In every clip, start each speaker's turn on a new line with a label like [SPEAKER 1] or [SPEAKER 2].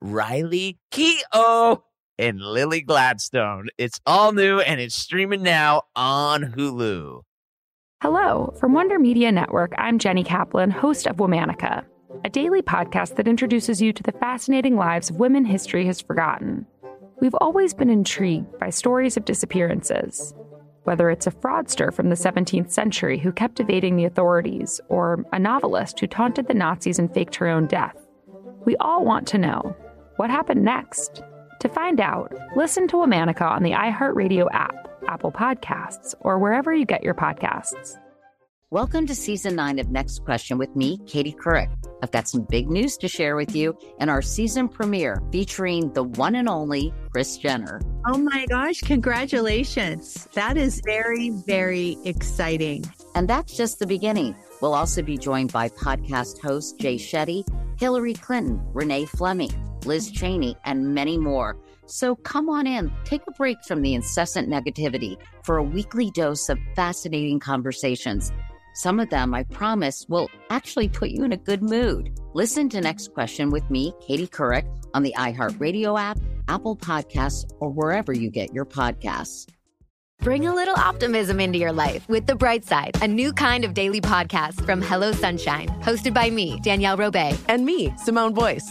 [SPEAKER 1] Riley Keough and Lily Gladstone. It's all new and it's streaming now on Hulu.
[SPEAKER 2] Hello, from Wonder Media Network, I'm Jenny Kaplan, host of Womanica, a daily podcast that introduces you to the fascinating lives of women history has forgotten. We've always been intrigued by stories of disappearances. Whether it's a fraudster from the 17th century who kept evading the authorities, or a novelist who taunted the Nazis and faked her own death, we all want to know what happened next? To find out, listen to Womanica on the iHeartRadio app, Apple Podcasts, or wherever you get your podcasts.
[SPEAKER 3] Welcome to season nine of Next Question with me, Katie Couric. I've got some big news to share with you and our season premiere featuring the one and only Chris Jenner.
[SPEAKER 4] Oh my gosh, congratulations. That is very, very exciting.
[SPEAKER 3] And that's just the beginning. We'll also be joined by podcast host Jay Shetty, Hillary Clinton, Renee Fleming, Liz Cheney, and many more. So come on in, take a break from the incessant negativity for a weekly dose of fascinating conversations. Some of them, I promise, will actually put you in a good mood. Listen to Next Question with me, Katie Couric, on the iHeartRadio app, Apple Podcasts, or wherever you get your podcasts.
[SPEAKER 5] Bring a little optimism into your life with The Bright Side, a new kind of daily podcast from Hello Sunshine, hosted by me, Danielle Robay.
[SPEAKER 6] And me, Simone Boyce.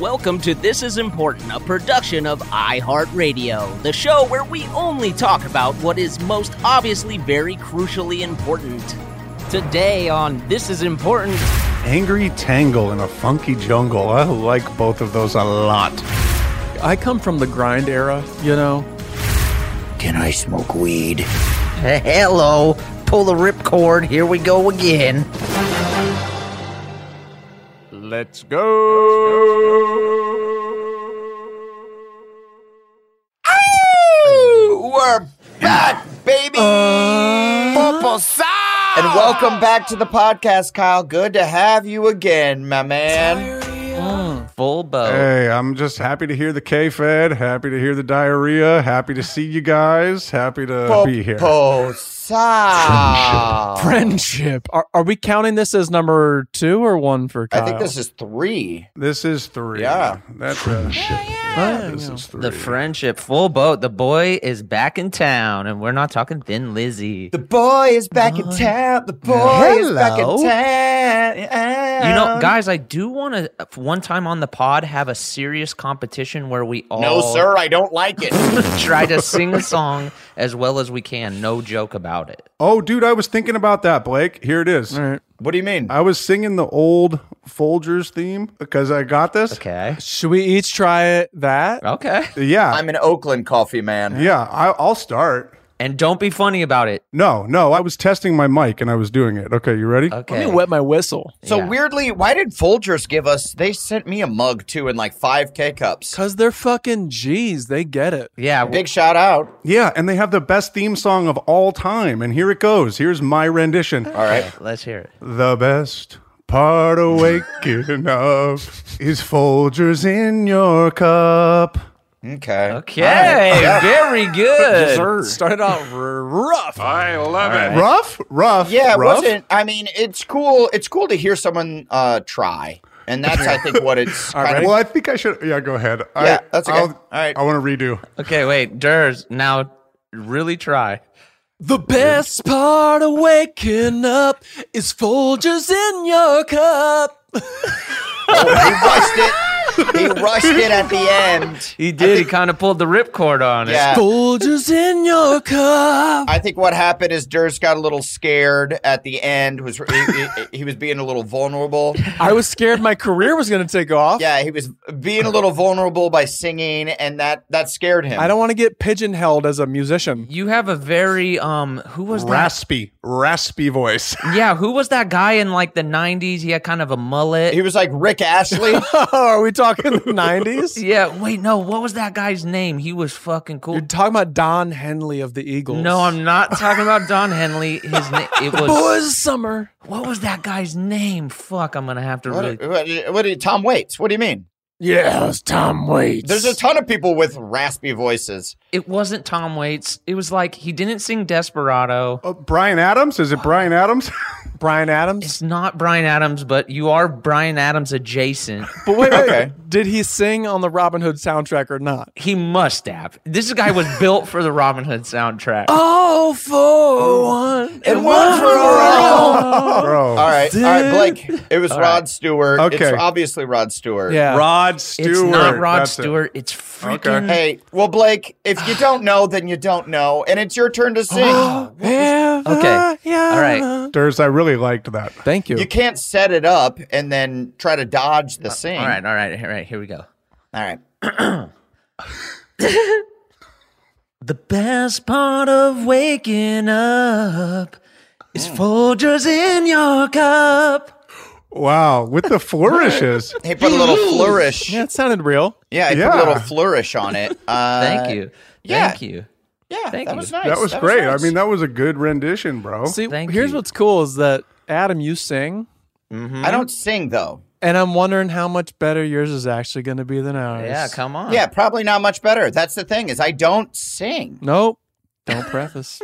[SPEAKER 1] Welcome to This Is Important, a production of iHeartRadio, the show where we only talk about what is most obviously very crucially important. Today on This Is Important,
[SPEAKER 7] Angry Tangle in a Funky Jungle. I like both of those a lot.
[SPEAKER 8] I come from the grind era, you know.
[SPEAKER 9] Can I smoke weed?
[SPEAKER 10] Hello, pull the ripcord. Here we go again.
[SPEAKER 11] Let's go.
[SPEAKER 10] Ow! We're back, baby.
[SPEAKER 1] Uh-huh.
[SPEAKER 9] Poposa!
[SPEAKER 10] and welcome back to the podcast, Kyle. Good to have you again, my man.
[SPEAKER 12] Mm,
[SPEAKER 10] Full boat.
[SPEAKER 7] Hey, I'm just happy to hear the K Fed, happy to hear the diarrhea, happy to see you guys, happy to be here.
[SPEAKER 10] Poposa.
[SPEAKER 8] Friendship. Are, are we counting this as number two or one for Kyle?
[SPEAKER 10] I think this is three.
[SPEAKER 7] This is three.
[SPEAKER 10] Yeah.
[SPEAKER 7] That's a,
[SPEAKER 8] yeah.
[SPEAKER 7] This is three.
[SPEAKER 12] The friendship, full boat. The boy is back in town, and we're not talking Thin Lizzy.
[SPEAKER 10] The boy is back in town. The boy is back in
[SPEAKER 12] Hello.
[SPEAKER 10] town.
[SPEAKER 12] You know, guys, I do want to one time on the pod have a serious competition where we all
[SPEAKER 10] No, sir, I don't like it.
[SPEAKER 12] try to sing a song as well as we can. No joke about it.
[SPEAKER 7] Oh, dude, I was thinking about that, Blake. Here it is.
[SPEAKER 8] All right.
[SPEAKER 10] what do you mean?
[SPEAKER 7] I was singing the old Folgers theme because I got this.
[SPEAKER 12] Okay.
[SPEAKER 8] Should we each try it that?
[SPEAKER 1] Oh.
[SPEAKER 12] Okay.
[SPEAKER 7] Yeah.
[SPEAKER 10] I'm an Oakland coffee man.
[SPEAKER 7] yeah. I, I'll start.
[SPEAKER 12] And don't be funny about it.
[SPEAKER 7] No, no, I was testing my mic and I was doing it. Okay, you ready?
[SPEAKER 12] Okay.
[SPEAKER 8] Let me wet my whistle.
[SPEAKER 10] So
[SPEAKER 12] Yeah.
[SPEAKER 10] weirdly, why did Folgers give us? They sent me a mug too in like five K cups.
[SPEAKER 8] Because they're fucking G's. They get it.
[SPEAKER 12] Yeah. w-
[SPEAKER 10] Big shout out.
[SPEAKER 7] Yeah, and they have the best theme song of all time. And here it goes. Here's my rendition.
[SPEAKER 10] All right.
[SPEAKER 12] Let's hear it.
[SPEAKER 7] The best part of waking up is Folgers in your cup.
[SPEAKER 10] Okay.
[SPEAKER 12] Okay. Very good.
[SPEAKER 8] Started out r- rough.
[SPEAKER 11] I love it.
[SPEAKER 7] Rough, rough.
[SPEAKER 10] Yeah, it
[SPEAKER 7] rough.
[SPEAKER 10] wasn't. I mean, it's cool. It's cool to hear someone uh, try, and that's I think what it's kind of.
[SPEAKER 7] Well, I think I should. Yeah, go ahead. I,
[SPEAKER 10] Yeah, that's okay.
[SPEAKER 7] I'll-
[SPEAKER 10] All right.
[SPEAKER 7] I want to redo.
[SPEAKER 12] Okay. Wait, Durs. Now, really try.
[SPEAKER 8] The best part of waking up is Folgers in your cup.
[SPEAKER 10] Oh, you rushed it. he rushed it at the end.
[SPEAKER 1] He did. he kind of pulled the ripcord on it.
[SPEAKER 10] Yeah.
[SPEAKER 8] Folgers in your cup.
[SPEAKER 10] I think what happened is Durs got a little scared at the end. Was he, he, he was being a little vulnerable.
[SPEAKER 8] I was scared my career was going to take off.
[SPEAKER 10] Yeah, he was being a little vulnerable by singing, and that that scared him.
[SPEAKER 8] I don't want to get pigeonholed as a musician.
[SPEAKER 1] You have a very um. Who was that?
[SPEAKER 8] Raspy, raspy voice.
[SPEAKER 1] Yeah, who was that guy in like the '90s? He had kind of a mullet.
[SPEAKER 10] He was like Rick Ashley.
[SPEAKER 8] Are we talking the 90s?
[SPEAKER 1] yeah. Wait, no. What was that guy's name? He was fucking cool.
[SPEAKER 8] You're talking about Don Henley of the Eagles.
[SPEAKER 1] No, I'm not talking about Don Henley. His name. It was.
[SPEAKER 8] Boys Summer.
[SPEAKER 1] What was that guy's name? Fuck, I'm gonna have to
[SPEAKER 10] What,
[SPEAKER 1] really.
[SPEAKER 10] what, what do you, Tom Waits? What do you mean?
[SPEAKER 8] Yeah, it was Tom Waits.
[SPEAKER 10] There's a ton of people with raspy voices.
[SPEAKER 1] It wasn't Tom Waits. It was like he didn't sing Desperado.
[SPEAKER 7] Uh, Brian Adams? Is it Brian Adams?
[SPEAKER 8] Brian Adams.
[SPEAKER 1] It's not Brian Adams, but you are Brian Adams adjacent.
[SPEAKER 8] But wait, wait,
[SPEAKER 10] Okay.
[SPEAKER 8] did he sing on the Robin Hood soundtrack or not?
[SPEAKER 1] He must have. This guy was built for the Robin Hood soundtrack.
[SPEAKER 8] Oh,
[SPEAKER 1] Oh!
[SPEAKER 8] All for one
[SPEAKER 10] and one for all.
[SPEAKER 7] Bro.
[SPEAKER 10] All right, all right, Blake. It was
[SPEAKER 1] All right.
[SPEAKER 10] Rod Stewart.
[SPEAKER 7] Okay.
[SPEAKER 10] It's obviously Rod Stewart.
[SPEAKER 8] Yeah.
[SPEAKER 7] Rod Stewart.
[SPEAKER 1] It's not Rod
[SPEAKER 7] That's it.
[SPEAKER 1] Stewart. It's freaking.
[SPEAKER 10] Hey, well, Blake, if you don't know, then you don't know, and it's your turn to
[SPEAKER 8] Oh,
[SPEAKER 10] sing.
[SPEAKER 1] Okay. All right.
[SPEAKER 7] Durs, I really liked that.
[SPEAKER 8] Ah, Thank you.
[SPEAKER 10] you can't set it up and then try to dodge the sing.
[SPEAKER 1] Uh, All right. All right. All right. Here we go.
[SPEAKER 10] all right.
[SPEAKER 1] The best part of waking up is
[SPEAKER 10] Hmm.
[SPEAKER 1] Folgers in your cup.
[SPEAKER 7] Wow. With the flourishes.
[SPEAKER 10] He put a little flourish.
[SPEAKER 8] yeah, it sounded real.
[SPEAKER 10] Yeah, he put
[SPEAKER 7] Yeah.
[SPEAKER 10] a little flourish on it. Uh,
[SPEAKER 1] Thank you.
[SPEAKER 10] yeah.
[SPEAKER 1] Thank you.
[SPEAKER 10] Yeah,
[SPEAKER 1] Thank
[SPEAKER 10] that
[SPEAKER 1] you.
[SPEAKER 10] was nice.
[SPEAKER 7] that was great.
[SPEAKER 10] nice.
[SPEAKER 7] I mean, that was a good rendition, bro.
[SPEAKER 8] See,
[SPEAKER 1] Thank
[SPEAKER 8] here's
[SPEAKER 1] you. Mm-hmm.
[SPEAKER 8] what's cool is that Adam, you sing,
[SPEAKER 10] I don't sing though.
[SPEAKER 8] and I'm wondering how much better yours is actually going to be than ours.
[SPEAKER 1] Yeah. Come on.
[SPEAKER 10] Yeah, probably not much better. That's the thing is I don't sing.
[SPEAKER 8] Nope. Don't preface.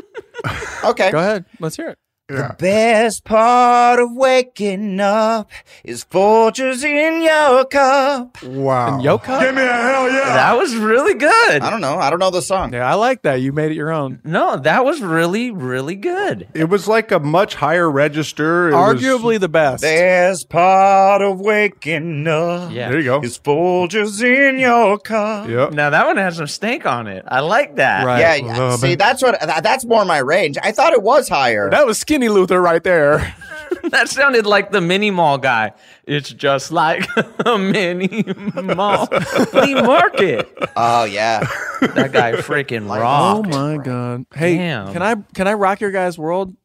[SPEAKER 10] Okay.
[SPEAKER 8] Go ahead. Let's hear it.
[SPEAKER 7] yeah.
[SPEAKER 10] Best part of waking up is Folgers in your cup.
[SPEAKER 7] Wow.
[SPEAKER 8] Yoko.
[SPEAKER 7] Give me a hell yeah.
[SPEAKER 1] That was really good.
[SPEAKER 10] I don't know. I don't know the song.
[SPEAKER 8] Yeah, I like that. You made it your own.
[SPEAKER 1] No, that was really, really good.
[SPEAKER 7] It was like a much higher register. It was-
[SPEAKER 8] Arguably the best.
[SPEAKER 10] Best part of waking up
[SPEAKER 1] Yeah.
[SPEAKER 7] there you go.
[SPEAKER 10] is Folgers in your cup.
[SPEAKER 7] Yep.
[SPEAKER 1] Now that one has some stank on it. I like that.
[SPEAKER 8] Right.
[SPEAKER 10] Yeah,
[SPEAKER 7] A little
[SPEAKER 10] see,
[SPEAKER 7] bit.
[SPEAKER 10] that's what tha- that's more my range. I thought it was higher.
[SPEAKER 8] That was Skinny Luther right there.
[SPEAKER 1] That sounded like the mini mall guy. It's just like a mini mall flea market.
[SPEAKER 10] Oh yeah,
[SPEAKER 1] That guy freaking
[SPEAKER 8] Oh
[SPEAKER 1] rocked.
[SPEAKER 8] my god. Hey,
[SPEAKER 1] Damn. Uh,
[SPEAKER 8] can I can I rock your guys' world?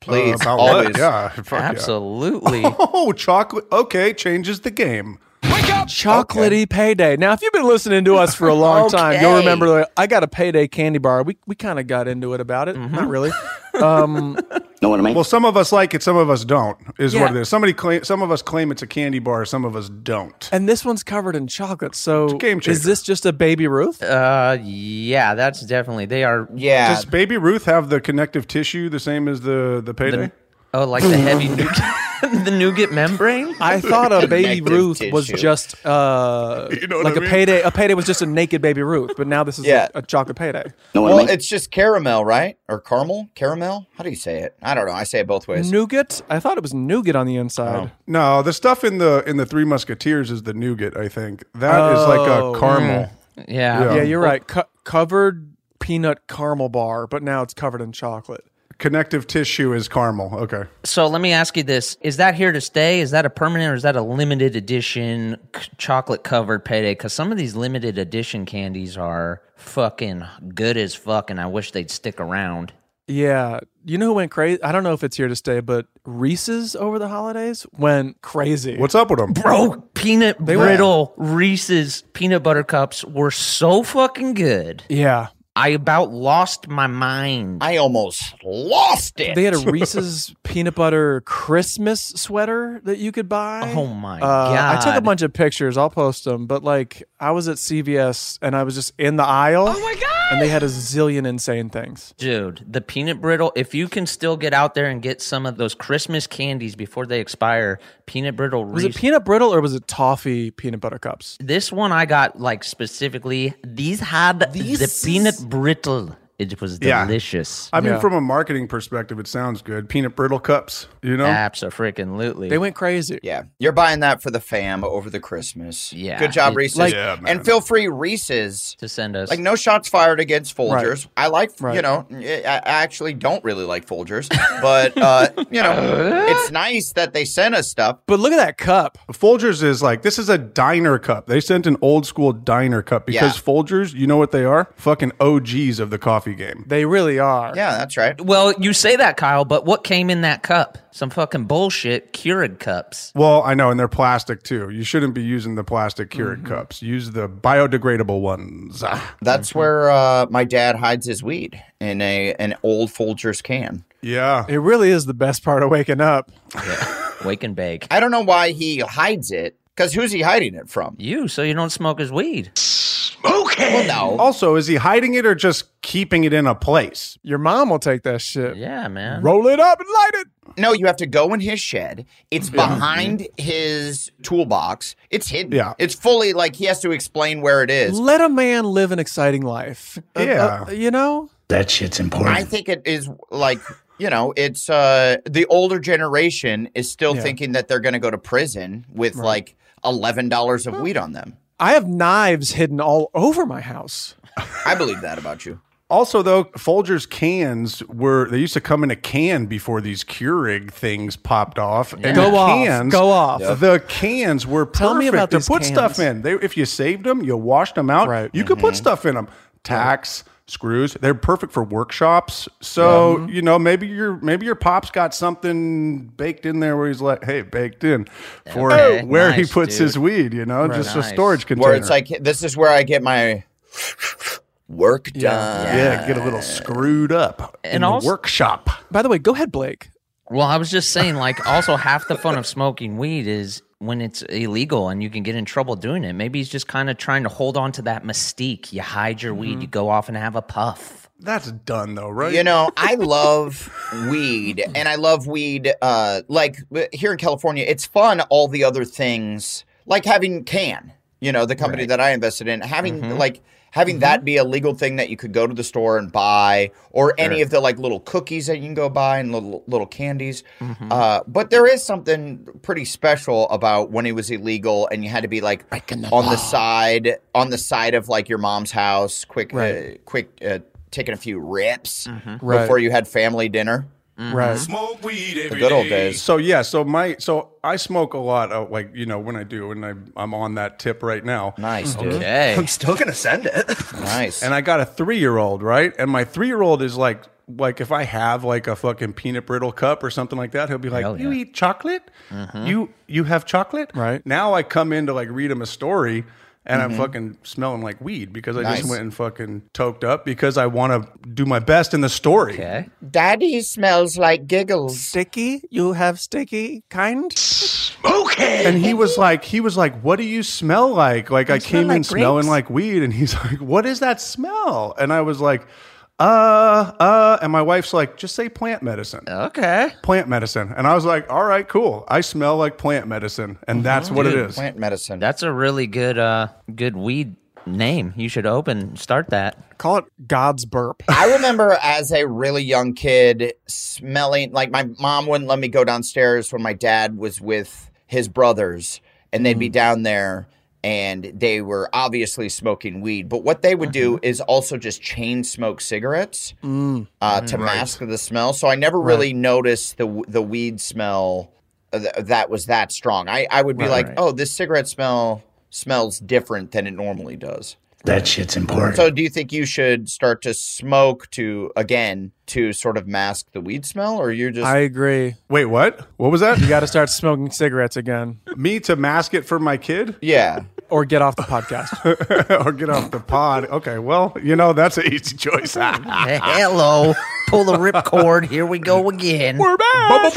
[SPEAKER 10] please,
[SPEAKER 7] About what?
[SPEAKER 10] always.
[SPEAKER 7] Yeah. Fuck yeah.
[SPEAKER 1] Absolutely.
[SPEAKER 7] Oh, chocolate. Okay, changes the game.
[SPEAKER 8] Chocolatey payday. Now, if you've been listening to us for a long time, you'll
[SPEAKER 10] Okay.
[SPEAKER 8] remember that I got a payday candy bar. We we kind of got into it about it.
[SPEAKER 1] Mm-hmm.
[SPEAKER 8] Not really. Um,
[SPEAKER 9] Know what I mean?
[SPEAKER 7] Well, some of us like it, some of us don't. Is what
[SPEAKER 8] Yeah.
[SPEAKER 7] it is. Somebody claim, some of us claim it's a candy bar, some of us don't.
[SPEAKER 8] and this one's covered in chocolate. So
[SPEAKER 7] game
[SPEAKER 8] is
[SPEAKER 7] changer.
[SPEAKER 8] this just a baby Ruth?
[SPEAKER 1] uh, yeah, that's definitely. They are.
[SPEAKER 10] Yeah,
[SPEAKER 7] Does Baby Ruth have the connective tissue the same as the the payday?
[SPEAKER 1] Oh, like the heavy nougat, the nougat membrane.
[SPEAKER 8] I thought a baby
[SPEAKER 10] Connective
[SPEAKER 8] Ruth was
[SPEAKER 10] tissue.
[SPEAKER 8] just uh,
[SPEAKER 7] You know what
[SPEAKER 8] like
[SPEAKER 7] I
[SPEAKER 8] a
[SPEAKER 7] mean?
[SPEAKER 8] payday. A payday was just a naked baby Ruth, but now this is
[SPEAKER 10] Yeah.
[SPEAKER 8] a, a chocolate payday.
[SPEAKER 9] Know what I
[SPEAKER 10] well,
[SPEAKER 9] mean?
[SPEAKER 10] it's just caramel, right? Or caramel? Caramel? How do you say it? I don't know. I say it both ways.
[SPEAKER 8] Nougat. I thought it was nougat on the
[SPEAKER 7] Oh,
[SPEAKER 8] inside.
[SPEAKER 7] No, the stuff in the in the Three Musketeers is the nougat. I think that is
[SPEAKER 8] Oh.
[SPEAKER 7] like a caramel.
[SPEAKER 1] Mm. Yeah.
[SPEAKER 8] Yeah, you're right. Co- covered peanut caramel bar, but now it's covered in chocolate.
[SPEAKER 7] Connective tissue is caramel. Okay,
[SPEAKER 1] So let me ask you this: Is that here to stay? Is that a permanent, or is that a limited edition c- chocolate covered payday? Because some of these limited edition candies are fucking good as fuck, and I wish they'd stick around.
[SPEAKER 8] Yeah. You know who went crazy? I don't know if it's here to stay, but Reese's over the holidays went crazy.
[SPEAKER 7] what's up with them?
[SPEAKER 1] Bro, peanut brittle Reese's peanut butter cups were so fucking good.
[SPEAKER 8] yeah.
[SPEAKER 1] I about lost my mind.
[SPEAKER 10] I almost lost it.
[SPEAKER 8] They had a Reese's peanut butter Christmas sweater that you could buy.
[SPEAKER 1] Oh my
[SPEAKER 8] Uh, I took a
[SPEAKER 1] God.
[SPEAKER 8] bunch of pictures. I'll post them. But like, I was at CVS and I was just in the aisle. Oh my god! And they had a zillion insane things.
[SPEAKER 1] Dude, the peanut brittle, if you can still get out there and get some of those Christmas candies before they expire, peanut brittle
[SPEAKER 8] Was
[SPEAKER 1] Reese's.
[SPEAKER 8] it peanut brittle or was it toffee peanut butter cups?
[SPEAKER 1] this one I got like specifically. These had the peanut brittle It was
[SPEAKER 7] Yeah.
[SPEAKER 1] delicious.
[SPEAKER 7] I mean, from a marketing perspective, it sounds good. Peanut brittle cups, you know?
[SPEAKER 1] Absolutely.
[SPEAKER 7] They
[SPEAKER 8] went crazy.
[SPEAKER 10] Yeah. You're buying that for the fam over the Christmas.
[SPEAKER 1] Yeah.
[SPEAKER 10] Good job,
[SPEAKER 1] It-
[SPEAKER 10] Reese's.
[SPEAKER 1] like- Yeah, man.
[SPEAKER 10] and feel free, Reese's.
[SPEAKER 1] To send us.
[SPEAKER 10] Like, no shots fired against Folgers. I like, you
[SPEAKER 1] Right.
[SPEAKER 10] know, I I actually don't really like Folgers, but, uh, you know, it's nice that they sent us stuff.
[SPEAKER 8] But look at that cup.
[SPEAKER 7] Folgers is like this is a diner cup. They sent an old school diner cup because
[SPEAKER 10] Yeah.
[SPEAKER 7] Folgers, you know what they are? Fucking OGs of the coffee game.
[SPEAKER 8] They really are.
[SPEAKER 10] Yeah, that's right.
[SPEAKER 1] Well, you say that, Kyle, but what came in that cup? Some fucking bullshit Keurig cups.
[SPEAKER 7] Well, I know, and they're plastic too. You shouldn't be using the plastic Keurig
[SPEAKER 1] Mm-hmm.
[SPEAKER 7] cups. Use the biodegradable ones. Ah.
[SPEAKER 10] That's where uh, my dad hides his weed in a an old Folgers can.
[SPEAKER 7] Yeah.
[SPEAKER 8] It really is the best part of waking up.
[SPEAKER 1] Wake and bake.
[SPEAKER 10] I don't know why he hides it. Because who's he hiding it from?
[SPEAKER 1] You, so you don't smoke his weed.
[SPEAKER 10] Okay. Well, no.
[SPEAKER 7] Also, is he hiding it or just keeping it in a place?
[SPEAKER 8] Your mom will take that shit.
[SPEAKER 1] Yeah, man.
[SPEAKER 8] Roll it up and light it.
[SPEAKER 10] No, you have to go in his shed. It's behind his toolbox. It's hidden.
[SPEAKER 8] Yeah.
[SPEAKER 10] It's fully like he has to explain where it is.
[SPEAKER 8] Let a man live an exciting life. Uh,
[SPEAKER 10] Yeah.
[SPEAKER 8] uh, you know?
[SPEAKER 9] That shit's important.
[SPEAKER 10] I think it is like, you know, it's uh the older generation is still
[SPEAKER 8] Yeah.
[SPEAKER 10] thinking that they're going to go to prison with like $11 of weed on them.
[SPEAKER 8] I have knives hidden all over my house.
[SPEAKER 10] I believe that about you.
[SPEAKER 7] Also, though, Folgers cans were they used to come in a can before these Keurig things popped off. And
[SPEAKER 8] Go
[SPEAKER 7] the
[SPEAKER 8] off,
[SPEAKER 7] cans,
[SPEAKER 8] go off. Yep.
[SPEAKER 7] The cans were perfect
[SPEAKER 8] Tell me about
[SPEAKER 7] to
[SPEAKER 8] these
[SPEAKER 7] put stuff
[SPEAKER 8] cans.
[SPEAKER 7] in. They, if you saved them, you washed them out. Right. You could put
[SPEAKER 10] Mm-hmm.
[SPEAKER 7] stuff in them. Tacks, screws. They're perfect for workshops. So
[SPEAKER 10] Mm-hmm.
[SPEAKER 7] you know, maybe your maybe your pop's got something baked in there where he's like, hey, baked in for
[SPEAKER 10] Okay.
[SPEAKER 7] where he
[SPEAKER 10] Oh, Nice,
[SPEAKER 7] puts
[SPEAKER 10] dude.
[SPEAKER 7] his weed. You know,
[SPEAKER 10] Right.
[SPEAKER 7] just
[SPEAKER 10] Nice.
[SPEAKER 7] a storage container.
[SPEAKER 10] Where it's like this is where I get my work done.
[SPEAKER 7] yeah, get a little screwed up
[SPEAKER 1] And
[SPEAKER 7] in the
[SPEAKER 1] also-
[SPEAKER 7] workshop.
[SPEAKER 8] By the way, go ahead, Blake.
[SPEAKER 1] Well, I was just saying, like, also half the fun of smoking weed is when it's illegal and you can get in trouble doing it. Maybe he's just kind of trying to hold on to that mystique. You hide your weed, you go off and have a puff.
[SPEAKER 7] That's done though, right?
[SPEAKER 10] Mm-hmm. You know, I love weed and I love weed uh like w- here in California, it's fun all the other things like having can, you know, the company that I invested in, having like having that be a legal thing that you could go to the store and buy or any
[SPEAKER 1] Sure.
[SPEAKER 10] of the like little cookies that you can go buy and little little candies.
[SPEAKER 1] Mm-hmm.
[SPEAKER 10] Uh but there is something pretty special about when it was illegal and you had to be like on the side on the side of like your mom's house quick uh, quick uh, taking a few rips
[SPEAKER 7] Right.
[SPEAKER 10] before you had family dinner.
[SPEAKER 7] Right.
[SPEAKER 10] Smoke weed Mm-hmm. The good old days.
[SPEAKER 7] So yeah, so my so I smoke a lot. Of, like you know when I do, and I, I'm on that tip right now.
[SPEAKER 10] Nice,
[SPEAKER 1] dude. Okay.
[SPEAKER 7] I'm still gonna send it.
[SPEAKER 10] Nice.
[SPEAKER 7] And I got a three year old, right? And my three year old is like like if I have like a fucking peanut brittle cup or something like that, he'll be like,
[SPEAKER 8] Hell
[SPEAKER 7] "You
[SPEAKER 8] yeah.
[SPEAKER 7] eat chocolate?
[SPEAKER 10] Hmm?
[SPEAKER 1] Mm-hmm.
[SPEAKER 7] You you have chocolate?" Right. Now I come in to like read him a story. And
[SPEAKER 8] Mhm.
[SPEAKER 7] I'm fucking smelling like weed because I
[SPEAKER 10] Mm-hmm. Nice.
[SPEAKER 7] just went and fucking toked up because I want to do my best in the story.
[SPEAKER 1] Okay.
[SPEAKER 10] Daddy smells like giggles.
[SPEAKER 8] Sticky? You have sticky kind?
[SPEAKER 7] Okay. And he was like, he was like, what do you smell like? Like I,
[SPEAKER 8] smell
[SPEAKER 7] came in
[SPEAKER 8] like
[SPEAKER 7] smelling
[SPEAKER 8] grapes.
[SPEAKER 7] like weed, and he's like, what is that smell? And I was like, uh, uh, and my wife's like, just say plant medicine.
[SPEAKER 1] Okay.
[SPEAKER 7] Plant medicine. And I was like, all right, cool. I smell like plant medicine.
[SPEAKER 8] Mm-hmm.
[SPEAKER 7] And that's what
[SPEAKER 1] Dude,
[SPEAKER 7] it is.
[SPEAKER 10] Plant medicine.
[SPEAKER 1] That's a really good, uh, good weed name. You should open, start that.
[SPEAKER 8] Call it God's burp.
[SPEAKER 10] I remember as a really young kid smelling like my mom wouldn't let me go downstairs when my dad was with his brothers and they'd be
[SPEAKER 9] Mm.
[SPEAKER 10] down there and they were obviously smoking weed. But what they would
[SPEAKER 9] Mm-hmm.
[SPEAKER 10] do is also just chain smoke cigarettes uh, to
[SPEAKER 9] Mm,
[SPEAKER 7] Right.
[SPEAKER 10] mask the smell. So I never really noticed the w- the weed smell uh, th- that was that strong. I, I would be
[SPEAKER 9] Right,
[SPEAKER 10] like,
[SPEAKER 9] right.
[SPEAKER 10] oh, this cigarette smell smells different than it normally does.
[SPEAKER 9] That shit's important.
[SPEAKER 10] So, do you think you should start to smoke to again to sort of mask the weed smell, or you're just
[SPEAKER 8] I agree.
[SPEAKER 7] Wait, what? What was that?
[SPEAKER 8] You got to start smoking cigarettes again
[SPEAKER 7] Me to mask it for my kid?
[SPEAKER 10] yeah?
[SPEAKER 8] or get off the podcast.
[SPEAKER 7] or get off the pod. Okay, well, you know, that's an easy choice.
[SPEAKER 1] Hello. Pull the ripcord. Here we go again.
[SPEAKER 8] We're back.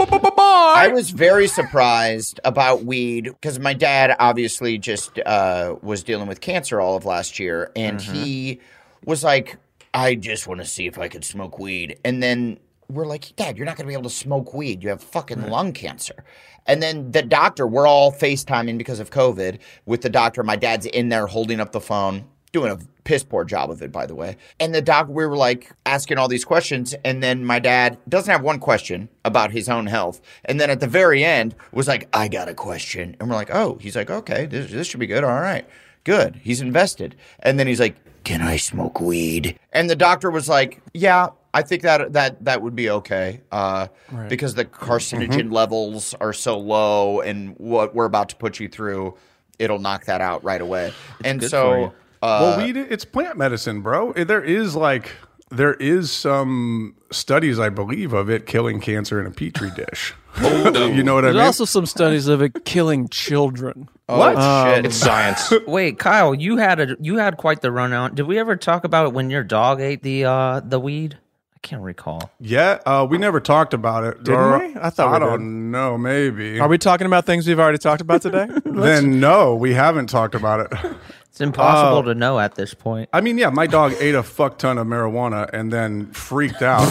[SPEAKER 10] I was very surprised about weed because my dad obviously just uh, was dealing with cancer all of last year, and he was like, "I just want to see if I could smoke weed," and then. We're like, Dad, you're not going to be able to smoke weed. You have fucking lung cancer. And then the doctor, we're all FaceTiming because of COVID with the doctor. My dad's in there holding up the phone. doing a piss poor job of it, by the way. And the doc, we were like asking all these questions, and then my dad doesn't have one question about his own health, and then at the very end was like, "I got a question," and we're like, "Oh," he's like, "Okay, this this should be good. All right, good." He's invested, and then he's like, "Can I smoke weed?" And the doctor was like, "Yeah." I think that that that would be okay uh,
[SPEAKER 13] Right.
[SPEAKER 10] because the carcinogen levels are so low, and what we're about to put you through, it'll knock that out right away. and
[SPEAKER 7] good for you.
[SPEAKER 10] so, uh,
[SPEAKER 7] well, weed it's plant medicine, bro. Eh, There is like there is some studies I believe of it killing cancer in a petri dish. you know what I
[SPEAKER 8] There's
[SPEAKER 7] mean? Oh,
[SPEAKER 8] also some studies of it killing children.
[SPEAKER 10] Oh,
[SPEAKER 8] Um,
[SPEAKER 1] Wait, Kyle, you had a you had quite the run out. Did we ever talk about it when your dog ate the uh the weed? I can't recall.
[SPEAKER 7] yeah, uh, we never talked about it.
[SPEAKER 8] Didn't
[SPEAKER 7] Or-
[SPEAKER 8] we? I thought we
[SPEAKER 7] I
[SPEAKER 8] did.
[SPEAKER 7] don't know. Maybe
[SPEAKER 8] Are we talking about things we've already talked about today?
[SPEAKER 7] then no, we haven't talked about it.
[SPEAKER 1] It's impossible
[SPEAKER 7] Oh.
[SPEAKER 1] to know at this point.
[SPEAKER 7] I mean, yeah, my dog ate a fuck ton of marijuana and then freaked out.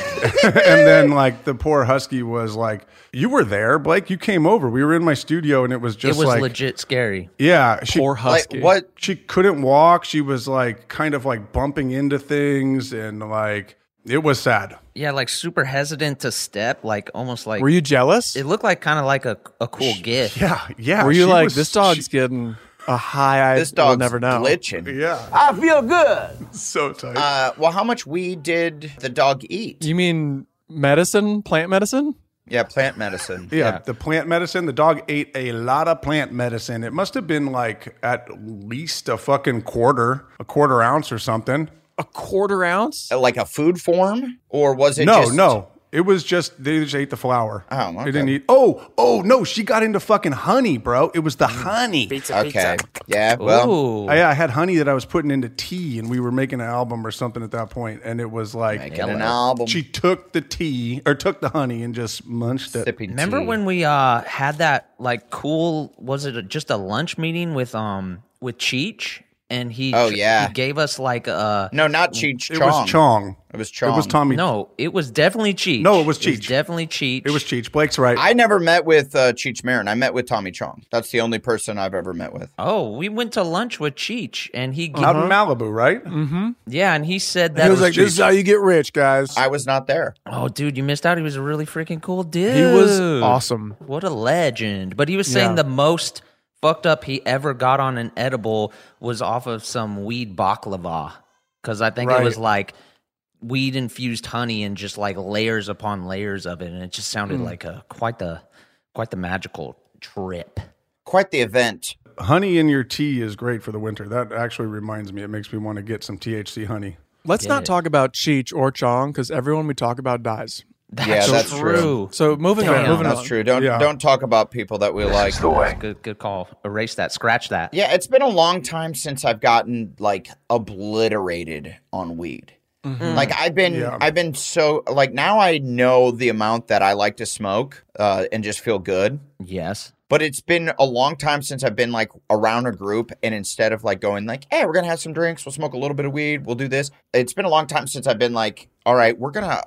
[SPEAKER 7] and then, like, the poor husky was like, You were there, Blake. You came over. We were in my studio and it was just
[SPEAKER 1] it was
[SPEAKER 7] like,
[SPEAKER 1] legit scary.
[SPEAKER 7] yeah, she,
[SPEAKER 1] Poor husky.
[SPEAKER 7] what? She couldn't walk. She was like, kind of like bumping into things and like, it was sad.
[SPEAKER 1] Yeah, like super hesitant to step, like almost like
[SPEAKER 8] Were you jealous?
[SPEAKER 1] It looked like kind of like a, a cool gift.
[SPEAKER 7] Yeah, yeah.
[SPEAKER 8] Were you
[SPEAKER 1] she
[SPEAKER 8] like
[SPEAKER 1] was-
[SPEAKER 8] this dog's getting a high? I
[SPEAKER 1] This
[SPEAKER 8] will
[SPEAKER 1] dog's
[SPEAKER 8] never know.
[SPEAKER 10] glitching.
[SPEAKER 7] Yeah.
[SPEAKER 10] I feel good.
[SPEAKER 7] So tight.
[SPEAKER 10] Uh, well, how much weed did the dog eat?
[SPEAKER 8] You mean medicine, plant medicine?
[SPEAKER 10] Yeah, plant medicine.
[SPEAKER 7] Yeah, the plant medicine. The dog ate a lot of plant medicine. It must have been like at least a fucking quarter, a quarter ounce or something.
[SPEAKER 8] A quarter ounce?
[SPEAKER 10] Like a food form, or was it?
[SPEAKER 7] no,
[SPEAKER 10] just-
[SPEAKER 7] no. It was just they just ate the flour. Oh,
[SPEAKER 10] okay.
[SPEAKER 7] they didn't eat. Oh, oh no, she got into fucking honey, bro. It was the honey.
[SPEAKER 10] Mm. Pizza, Okay. pizza. Yeah, well- Ooh.
[SPEAKER 7] I, I had honey that I was putting into tea, and we were making an album or something at that point, and it was like
[SPEAKER 10] Making an album.
[SPEAKER 7] She took the tea or took the honey and just munched it.
[SPEAKER 1] Uh, Remember when we uh had that like cool was it a, just a lunch meeting with um with Cheech and he
[SPEAKER 10] Oh,
[SPEAKER 1] tr-
[SPEAKER 10] yeah.
[SPEAKER 1] he gave us like uh
[SPEAKER 10] No, not Cheech.
[SPEAKER 1] It was
[SPEAKER 7] Chong.
[SPEAKER 10] It was
[SPEAKER 7] It
[SPEAKER 10] Chong.
[SPEAKER 7] was Tommy.
[SPEAKER 1] No, it was definitely Cheech.
[SPEAKER 7] No, it was Cheech.
[SPEAKER 1] definitely Cheech.
[SPEAKER 7] It was Cheech. Blake's right.
[SPEAKER 10] I never met with uh, Cheech Marin. I met with Tommy Chong. That's the only person I've ever met with.
[SPEAKER 1] Oh, we went to lunch with Cheech and he
[SPEAKER 7] Out in Malibu, right?
[SPEAKER 1] Mm-hmm. Yeah, and he said that
[SPEAKER 8] He was like, "This is how you get rich, guys."
[SPEAKER 10] I was not there.
[SPEAKER 1] Oh, dude, you missed out. He was a really freaking cool dude.
[SPEAKER 8] He was awesome.
[SPEAKER 1] What a legend. But he was saying
[SPEAKER 8] Yeah.
[SPEAKER 1] the most fucked up he ever got on an edible was off of some weed baklava. Because I think it was
[SPEAKER 8] Right.
[SPEAKER 1] like weed infused honey and just like layers upon layers of it. And it just sounded
[SPEAKER 8] Hmm.
[SPEAKER 10] Mm.
[SPEAKER 1] like a quite the quite the magical trip.
[SPEAKER 10] Quite the event.
[SPEAKER 7] Honey in your tea is great for the winter. That actually reminds me. It makes me want to get some THC honey.
[SPEAKER 8] Let's
[SPEAKER 7] Get
[SPEAKER 8] not
[SPEAKER 7] it.
[SPEAKER 8] talk about Cheech or Chong because everyone we talk about dies.
[SPEAKER 10] yeah, that's true.
[SPEAKER 8] So moving on, moving
[SPEAKER 10] that's
[SPEAKER 8] on.
[SPEAKER 10] true. Don't don't talk about people that we like.
[SPEAKER 1] Good good call. Erase that. Scratch that.
[SPEAKER 10] Yeah, it's been a long time since I've gotten like obliterated on weed.
[SPEAKER 1] Mhm.
[SPEAKER 10] Like I've been
[SPEAKER 1] Yeah.
[SPEAKER 10] I've been so like now I know the amount that I like to smoke uh and just feel good.
[SPEAKER 1] Yes.
[SPEAKER 10] But it's been a long time since I've been like around a group and instead of like going like, "Hey, we're going to have some drinks, we'll smoke a little bit of weed, we'll do this." It's been a long time since I've been like, "All right, we're going to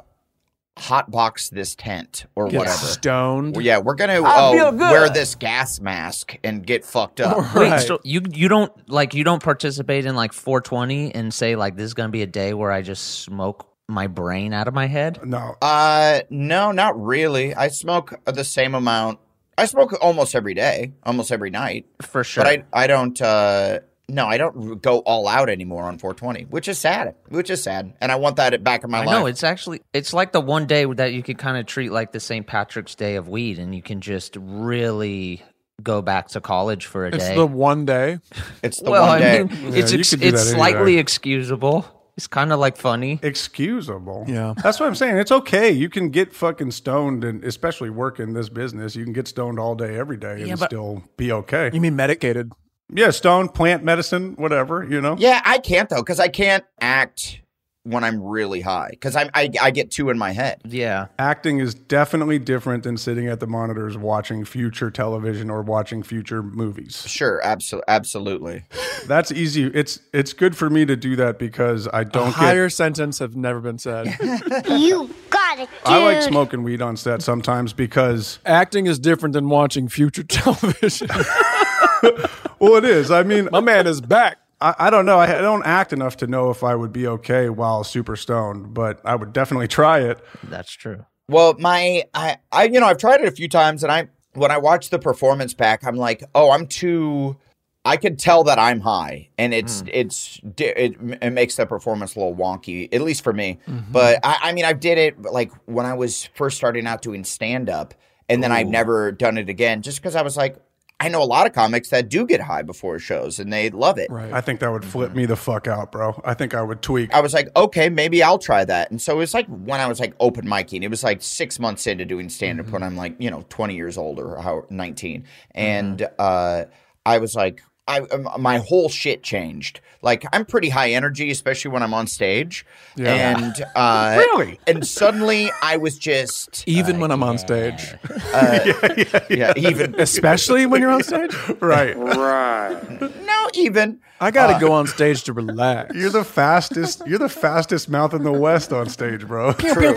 [SPEAKER 10] hotbox this tent or
[SPEAKER 8] Get
[SPEAKER 10] whatever."
[SPEAKER 8] stoned.
[SPEAKER 10] Well, yeah, we're going to
[SPEAKER 8] I feel good.
[SPEAKER 10] wear this gas mask and get fucked up.
[SPEAKER 1] Wait, so you you don't like you don't participate in like 420 and say like this is gonna be a day where I just smoke my brain out of my head?
[SPEAKER 7] No.
[SPEAKER 10] Uh, no, not really. I smoke the same amount. I smoke almost every day, almost every night,
[SPEAKER 1] for sure.
[SPEAKER 10] But I, I don't. Uh, no, I don't go all out anymore on 420, which is sad. Which is sad, and I want that back in my
[SPEAKER 1] I
[SPEAKER 10] life.
[SPEAKER 1] know it's actually it's like the one day that you could kind of treat like the St. Patrick's Day of weed, and you can just really go back to college for a
[SPEAKER 8] It's
[SPEAKER 1] day.
[SPEAKER 8] the one day.
[SPEAKER 10] It's
[SPEAKER 1] well, I mean, it's ex- it's slightly excusable. It's kind of like funny.
[SPEAKER 7] Excusable. Yeah. That's what I'm saying. It's okay. You can get fucking stoned, and especially working this business, you can get stoned all day, every day, and
[SPEAKER 10] Yeah, but-
[SPEAKER 7] still be okay.
[SPEAKER 8] You mean medicated?
[SPEAKER 7] Yeah, stoned, plant medicine, whatever. You know.
[SPEAKER 10] Yeah, I can't though, because I can't act when I'm really high, because I'm I, I get two in my head.
[SPEAKER 1] Yeah.
[SPEAKER 7] Acting is definitely different than sitting at the monitors watching future television or watching future movies.
[SPEAKER 10] Sure, absolutely, absolutely.
[SPEAKER 7] That's easy. It's it's good for me to do that because I
[SPEAKER 8] A
[SPEAKER 7] don't get
[SPEAKER 8] higher sentence have never been said.
[SPEAKER 14] you got it,
[SPEAKER 7] I like smoking weed on set sometimes because
[SPEAKER 8] acting is different than watching future television.
[SPEAKER 7] well, it is. I mean,
[SPEAKER 8] my man is back.
[SPEAKER 7] I, I don't know. I, I don't act enough to know if I would be okay while super stoned, but I would definitely try it.
[SPEAKER 1] That's true.
[SPEAKER 10] Well, my I, I you know I've tried it a few times, and I when I watch the performance back, I'm like, oh, I'm too. I could tell that I'm high, and it's it's di- it, it makes the performance a little wonky, at least for me. But I, I mean, I did it like when I was first starting out doing stand up, and then I've never done it again, just because I was like, I know a lot of comics that do get high before shows, and they love it. Right. Mm-hmm.
[SPEAKER 7] I think that would flip me the fuck out, bro. I think I would tweak.
[SPEAKER 10] I was like, okay, maybe I'll try that. And so it was like when I was like open micing, it was like six months into doing stand up when
[SPEAKER 8] Mm-hmm.
[SPEAKER 10] I'm like, you know, 20 years old or how 19. And uh, I was like, I, um, my whole shit changed. Like I'm pretty high energy, especially when I'm on stage.
[SPEAKER 8] Yeah.
[SPEAKER 10] And uh, really, and suddenly I was just
[SPEAKER 8] even when I'm on stage.
[SPEAKER 10] uh, yeah, even
[SPEAKER 8] especially when you're on stage.
[SPEAKER 7] right,
[SPEAKER 8] right.
[SPEAKER 10] no even. Uh,
[SPEAKER 8] I gotta go on stage to relax.
[SPEAKER 7] You're the fastest. You're the fastest mouth in the west on stage, bro.
[SPEAKER 10] True.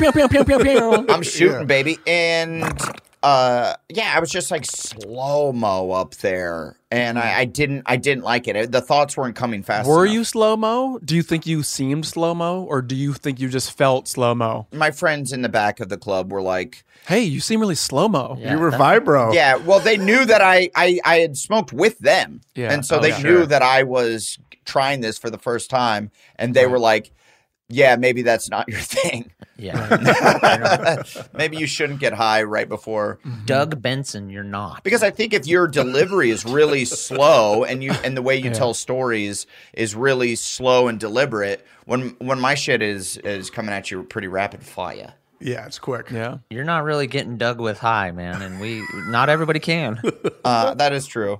[SPEAKER 10] I'm shooting,
[SPEAKER 7] Yeah.
[SPEAKER 10] baby. And uh yeah, I was just like slow mo up there. And I, I didn't I didn't like it. The thoughts weren't coming fast.
[SPEAKER 8] Were
[SPEAKER 10] enough.
[SPEAKER 8] you slow mo? Do you think you seemed slow mo, or do you think you just felt slow mo?
[SPEAKER 10] my friends in the back of the club were like
[SPEAKER 8] Hey, you seem really slow mo.
[SPEAKER 10] You were vibro. Yeah, well they knew that I I, I had smoked with them.
[SPEAKER 8] Yeah.
[SPEAKER 10] And so
[SPEAKER 8] Oh,
[SPEAKER 10] they
[SPEAKER 8] yeah.
[SPEAKER 10] knew
[SPEAKER 8] Sure.
[SPEAKER 10] that I was trying this for the first time and they were like yeah, maybe that's not your thing. Yeah. maybe you shouldn't get high right before
[SPEAKER 8] Mm-hmm.
[SPEAKER 1] Doug Benson, you're not.
[SPEAKER 10] because I think if your delivery is really slow and you and the way you tell stories is really slow and deliberate, when when my shit is is coming at you pretty rapid fire.
[SPEAKER 7] Yeah, it's quick.
[SPEAKER 8] Yeah.
[SPEAKER 1] You're not really getting dug with high, man, and we not everybody can.
[SPEAKER 10] Uh, that is true.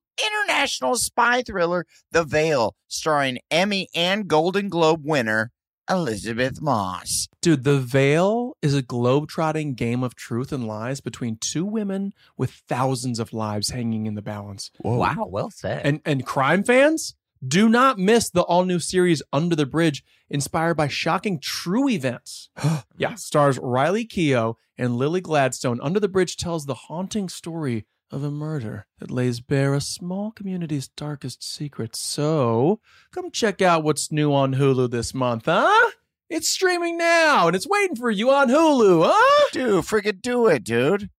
[SPEAKER 10] international spy thriller, The Veil, starring Emmy and Golden Globe winner Elizabeth Moss.
[SPEAKER 8] Dude, The Veil is a globe-trotting game of truth and lies between two women with thousands of lives hanging in the balance.
[SPEAKER 1] Wow, well said.
[SPEAKER 8] And and crime fans, do not miss the all-new series Under the Bridge, inspired by shocking true events. yeah, stars Riley Keough and Lily Gladstone. Under the Bridge tells the haunting story of a murder that lays bare a small community's darkest secrets. So, come check out what's new on Hulu this month, huh? It's streaming now and it's waiting for you on Hulu, huh?
[SPEAKER 10] Dude, friggin' do it, dude.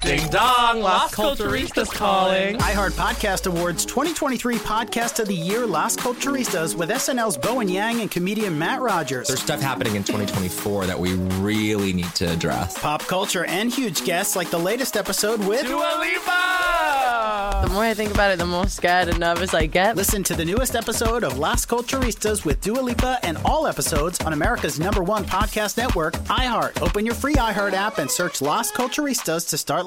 [SPEAKER 8] Ding dong, Las Culturistas calling.
[SPEAKER 13] iHeart Podcast Awards 2023 Podcast of the Year Las Culturistas with SNL's Bowen Yang and comedian Matt Rogers.
[SPEAKER 15] There's stuff happening in 2024 that we really need to address.
[SPEAKER 13] Pop culture and huge guests like the latest episode with Dua Lipa.
[SPEAKER 16] The more I think about it, the more scared and nervous I get.
[SPEAKER 13] Listen to the newest episode of Las Culturistas with Dua Lipa and all episodes on America's number one podcast network, iHeart. Open your free iHeart app and search Las Culturistas to start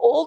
[SPEAKER 17] all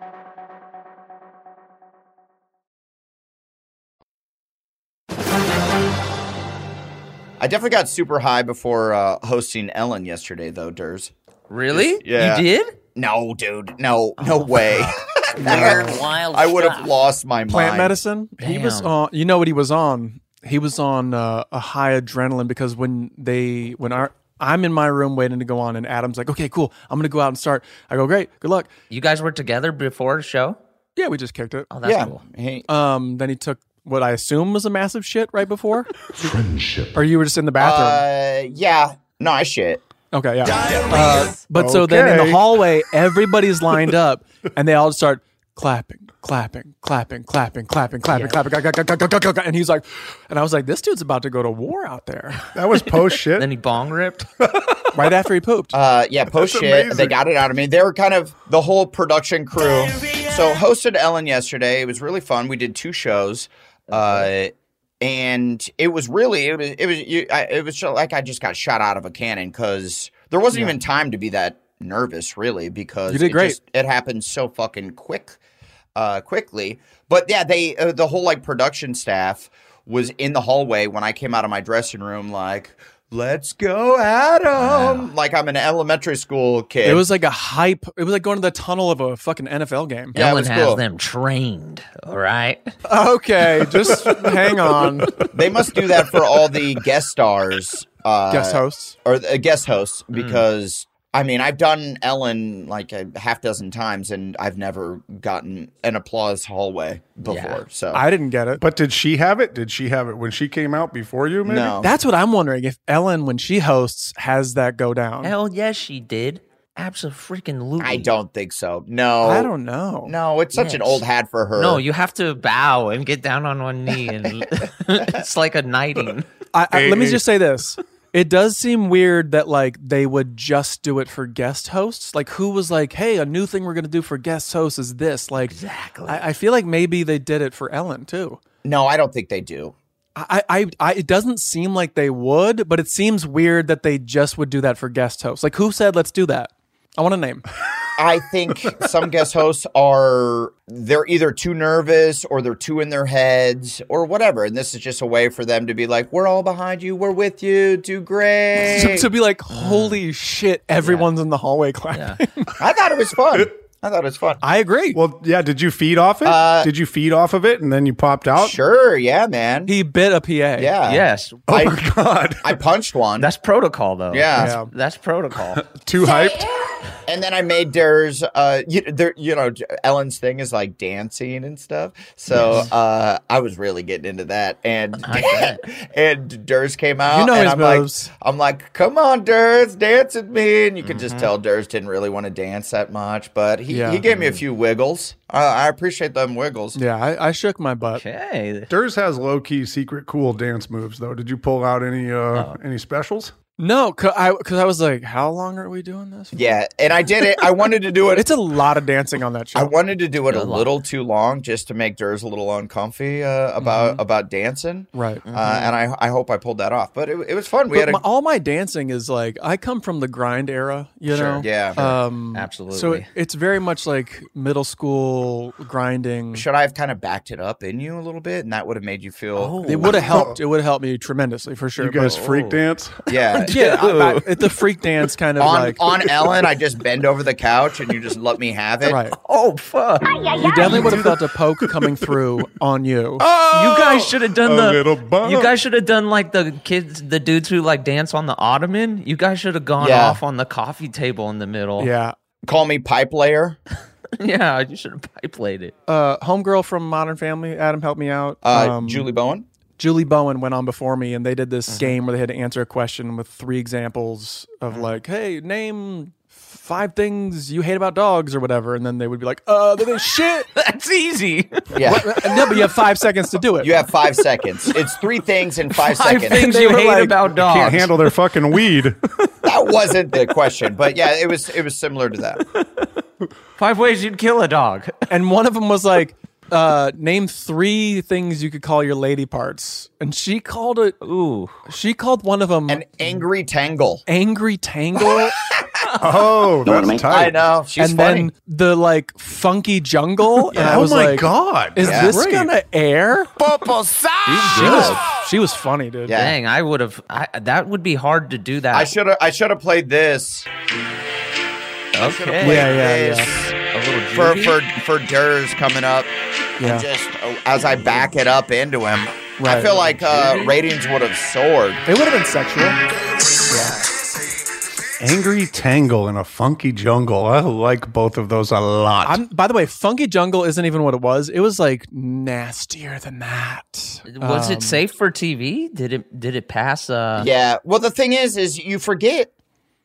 [SPEAKER 10] I definitely got super high before uh, hosting Ellen yesterday, though, Durs.
[SPEAKER 1] Really?
[SPEAKER 10] Just- yeah.
[SPEAKER 1] You did? Oh.
[SPEAKER 10] No, dude. No, no way.
[SPEAKER 8] Weird,
[SPEAKER 1] wild
[SPEAKER 10] I would have
[SPEAKER 8] stuff.
[SPEAKER 10] lost my mind.
[SPEAKER 8] Plant medicine. He was
[SPEAKER 10] Damn.
[SPEAKER 8] on. You know what he was on? He was on uh, a high adrenaline because when they when our I'm in my room waiting to go on, and Adam's like, "Okay, cool. I'm gonna go out and start." I go, "Great, good luck."
[SPEAKER 1] You guys were together before the show?
[SPEAKER 8] Yeah, we just kicked it.
[SPEAKER 1] Oh, that's Yeah. cool.
[SPEAKER 8] Um, then he took what I assume was a massive shit right before friendship, or you were just in the bathroom.
[SPEAKER 10] Uh, yeah. No, I shit.
[SPEAKER 8] Okay, yeah. Uh, but so then in
[SPEAKER 10] Okay.
[SPEAKER 8] the hallway, everybody's lined up, and they all start clapping, clapping, clapping, clapping, clapping, clapping, clapping, clapping, clapping, clapping, clapping, clapping, and he's like, and I was like, this dude's about to go to war out there.
[SPEAKER 7] That was post shit.
[SPEAKER 1] then he bong ripped.
[SPEAKER 8] right after he pooped.
[SPEAKER 10] Uh, yeah, post shit. They got it out of me. They were kind of the whole production crew. So hosted Ellen yesterday. It was really fun. We did two shows, uh, and it was really it was it was you, I, it was just like I just got shot out of a cannon because there wasn't
[SPEAKER 8] Yeah.
[SPEAKER 10] even time to be that nervous really because
[SPEAKER 8] You did
[SPEAKER 10] it
[SPEAKER 8] great.
[SPEAKER 10] just- it happened so fucking quick uh, quickly. But yeah, they uh, the whole like production staff was in the hallway when I came out of my dressing room, like, "Let's go, Adam!" Like I'm an elementary school kid.
[SPEAKER 8] It was like a hype. It was like going to the tunnel of a fucking NFL game.
[SPEAKER 10] Yeah, it Ellen was has cool.
[SPEAKER 1] them trained. All right.
[SPEAKER 8] Okay, just hang on.
[SPEAKER 10] They must do that for all the guest stars, uh,
[SPEAKER 8] Guest hosts?
[SPEAKER 10] or uh, guest hosts,
[SPEAKER 1] Mm.
[SPEAKER 10] because. I mean, I've done Ellen like a half dozen times, and I've never gotten an applause hallway before. So
[SPEAKER 8] I didn't get it.
[SPEAKER 7] But did she have it? Did she have it when she came out before you? Maybe
[SPEAKER 10] No.
[SPEAKER 8] That's what I'm wondering if Ellen, when she hosts, has that go down.
[SPEAKER 1] Hell yes, she did. Absolutely.
[SPEAKER 10] I don't think so. No,
[SPEAKER 8] I don't know.
[SPEAKER 10] No, it's such an old hat for her.
[SPEAKER 1] No, you have to bow and get down on one knee, and it's like a knighting.
[SPEAKER 8] I, I, let me just say this. It does seem weird that like they would just do it for guest hosts. Like who was like, "Hey, a new thing we're going to do for guest hosts is this." Like, exactly. I, I feel like maybe they did it for Ellen too.
[SPEAKER 10] No, I don't think they do.
[SPEAKER 8] I, I, I, it doesn't seem like they would, but it seems weird that they just would do that for guest hosts. Like who said, "Let's do that"? I want a name.
[SPEAKER 10] I think some guest hosts are they're either too nervous or they're too in their heads or whatever, and this is just a way for them to be like, "We're all behind you. We're with you. Do
[SPEAKER 8] to,
[SPEAKER 10] great."
[SPEAKER 8] to be like, "Holy shit, everyone's in the hallway clapping."
[SPEAKER 10] I thought it was fun. I thought it was fun.
[SPEAKER 8] I agree.
[SPEAKER 7] Well, yeah. Did you feed off it?
[SPEAKER 10] Uh,
[SPEAKER 7] did you feed off of it and then you popped out?
[SPEAKER 10] Sure. Yeah, man.
[SPEAKER 8] He bit a PA. Yeah.
[SPEAKER 1] Yes.
[SPEAKER 7] Oh my god.
[SPEAKER 10] I punched one.
[SPEAKER 1] That's protocol, though.
[SPEAKER 10] Yeah.
[SPEAKER 1] That's, that's protocol.
[SPEAKER 7] Too hyped.
[SPEAKER 10] And then I made Durs, uh, you, there, you know, Ellen's thing is like dancing and stuff. So
[SPEAKER 1] Yes.
[SPEAKER 10] uh, I was really getting into that. And and Durs came out.
[SPEAKER 8] You know
[SPEAKER 10] and
[SPEAKER 8] his
[SPEAKER 10] I'm
[SPEAKER 8] moves.
[SPEAKER 10] like, I'm like, come on, Durs, dance with me. And you could just tell Durs didn't really want to dance that much, but he,
[SPEAKER 8] Mm-hmm. Yeah.
[SPEAKER 10] he gave me a few wiggles. Uh, I appreciate them wiggles.
[SPEAKER 8] Yeah, I, I shook my butt.
[SPEAKER 1] Okay.
[SPEAKER 7] Durs has low key secret cool dance moves though. Did you pull out any uh,
[SPEAKER 10] Oh.
[SPEAKER 7] any specials?
[SPEAKER 8] No, cause I, cause I was like, how long are we doing this?
[SPEAKER 10] Yeah, and I did it. I wanted to do it.
[SPEAKER 8] It's a lot of dancing on that show.
[SPEAKER 10] I wanted to do it a
[SPEAKER 8] Good luck.
[SPEAKER 10] little too long just to make Durs a little uncomfy uh, about
[SPEAKER 8] Mm-hmm.
[SPEAKER 10] about dancing.
[SPEAKER 8] Right.
[SPEAKER 10] Uh, and I I hope I pulled that off. But it, it was fun. We
[SPEAKER 8] Mm-hmm. But
[SPEAKER 10] had a
[SPEAKER 8] my, all my dancing is like I come from the grind era, you
[SPEAKER 10] Sure,
[SPEAKER 8] know.
[SPEAKER 10] yeah. Sure,
[SPEAKER 8] um,
[SPEAKER 1] absolutely.
[SPEAKER 8] So it- it's very much like middle school grinding.
[SPEAKER 10] should I have kind of backed it up in you a little bit, and that would have made you feel.
[SPEAKER 8] It would
[SPEAKER 10] Oh.
[SPEAKER 8] have helped. It would have helped me tremendously for sure.
[SPEAKER 7] You guys freak dance?
[SPEAKER 10] Yeah,
[SPEAKER 8] yeah, I, I, the freak dance kind of
[SPEAKER 10] on
[SPEAKER 8] like
[SPEAKER 10] on Ellen, I just bend over the couch and you just let me have it.
[SPEAKER 8] Right.
[SPEAKER 1] Oh fuck!
[SPEAKER 8] You definitely would have felt a poke coming through on you.
[SPEAKER 10] Oh!
[SPEAKER 1] you guys should have done
[SPEAKER 8] a
[SPEAKER 1] the
[SPEAKER 8] little bump.
[SPEAKER 1] You guys should have done like the kids, the dudes who like dance on the ottoman. You guys should have gone
[SPEAKER 10] Yeah.
[SPEAKER 1] off on the coffee table in the middle.
[SPEAKER 8] Yeah.
[SPEAKER 10] Call me pipe layer.
[SPEAKER 1] yeah. You should have pipe laid it.
[SPEAKER 8] uh, homegirl from Modern Family, Adam, help me out. Um,
[SPEAKER 10] Uh, Julie Bowen. Mm-hmm.
[SPEAKER 8] Julie Bowen went on before me,
[SPEAKER 10] Mm-hmm.
[SPEAKER 8] and they did this game where they had to answer a question with three examples of like, "Hey, name five things you hate about dogs or whatever, and then they would be like, uh, they're shit.
[SPEAKER 18] That's easy.
[SPEAKER 10] Yeah.
[SPEAKER 8] What- No, but you have five seconds to do it.
[SPEAKER 10] You have five seconds. It's three things in five,
[SPEAKER 8] Five
[SPEAKER 10] seconds.
[SPEAKER 8] things They you were hate like, about
[SPEAKER 7] I can't handle their fucking weed.
[SPEAKER 10] that wasn't the question, but yeah, it was it was similar to that.
[SPEAKER 8] Five ways you'd kill a dog. And one of them was like, uh, name three things you could call your lady parts. And she called it.
[SPEAKER 18] Ooh.
[SPEAKER 8] She called one of them
[SPEAKER 10] an angry tangle.
[SPEAKER 8] Angry tangle.
[SPEAKER 7] oh,
[SPEAKER 10] Know what I that's mean? tight. I know. She's
[SPEAKER 8] and
[SPEAKER 10] funny.
[SPEAKER 8] then the like funky jungle. And I
[SPEAKER 7] Oh
[SPEAKER 8] was
[SPEAKER 7] my
[SPEAKER 8] like,
[SPEAKER 7] God,
[SPEAKER 8] is
[SPEAKER 7] that's
[SPEAKER 8] this
[SPEAKER 7] great.
[SPEAKER 8] gonna air?
[SPEAKER 10] Popo
[SPEAKER 8] She was, she was funny, dude.
[SPEAKER 1] Dang, I would have. I, that would be hard to do that.
[SPEAKER 10] I should have I should have played this. I should have
[SPEAKER 1] Okay.
[SPEAKER 10] played
[SPEAKER 1] Yeah, yeah,
[SPEAKER 10] this
[SPEAKER 1] yeah. A little
[SPEAKER 10] for
[SPEAKER 1] juvie?
[SPEAKER 10] for for Durs coming up.
[SPEAKER 8] Yeah.
[SPEAKER 10] And just uh, as I back it up into him, I
[SPEAKER 8] Right.
[SPEAKER 10] feel like uh, ratings would have soared.
[SPEAKER 8] It would have been sexual.
[SPEAKER 7] Angry tangle in a funky jungle. I like both of those a lot.
[SPEAKER 8] I'm, by the way, Funky Jungle isn't even what it was. It was like nastier than that.
[SPEAKER 1] Was
[SPEAKER 8] Um,
[SPEAKER 1] it safe for TV? Did it? Did it pass? Uh,
[SPEAKER 10] Yeah. Well, the thing is, is you forget,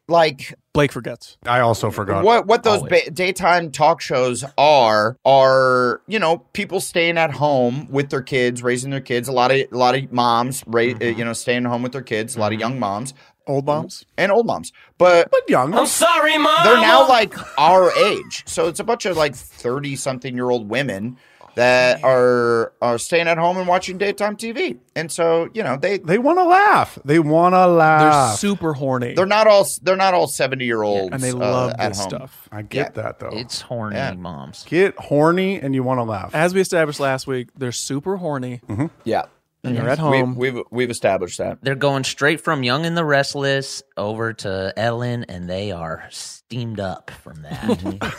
[SPEAKER 10] like
[SPEAKER 8] Blake forgets.
[SPEAKER 7] I also forgot.
[SPEAKER 10] what what those ba- daytime talk shows are are you know people staying at home with their kids, raising their kids. A lot of a lot of moms, ra-
[SPEAKER 7] Mm-hmm.
[SPEAKER 10] uh, you know, staying home with their kids. A lot of young moms,
[SPEAKER 8] old moms,
[SPEAKER 10] and old moms, but
[SPEAKER 7] but young.
[SPEAKER 11] I'm sorry, Mom.
[SPEAKER 10] They're now like our age, so it's a bunch of like thirty something year old women that
[SPEAKER 7] Oh,
[SPEAKER 10] are are staying at home and watching daytime TV, and so you know they
[SPEAKER 7] They want to laugh. They want to
[SPEAKER 8] They're
[SPEAKER 7] laugh.
[SPEAKER 8] super horny.
[SPEAKER 10] they're not all they're not all seventy year olds
[SPEAKER 8] and they love
[SPEAKER 10] at
[SPEAKER 8] this
[SPEAKER 10] home.
[SPEAKER 8] stuff.
[SPEAKER 7] I get that though.
[SPEAKER 1] It's horny
[SPEAKER 10] Yeah.
[SPEAKER 1] moms.
[SPEAKER 7] get horny and you want to laugh. Mm-hmm.
[SPEAKER 8] As we established last week, they're super horny.
[SPEAKER 10] Yeah,
[SPEAKER 8] And they're at
[SPEAKER 10] we,
[SPEAKER 8] home.
[SPEAKER 10] we've we've established that.
[SPEAKER 1] They're going straight from Young and the Restless over to Ellen, and they are steamed up from that.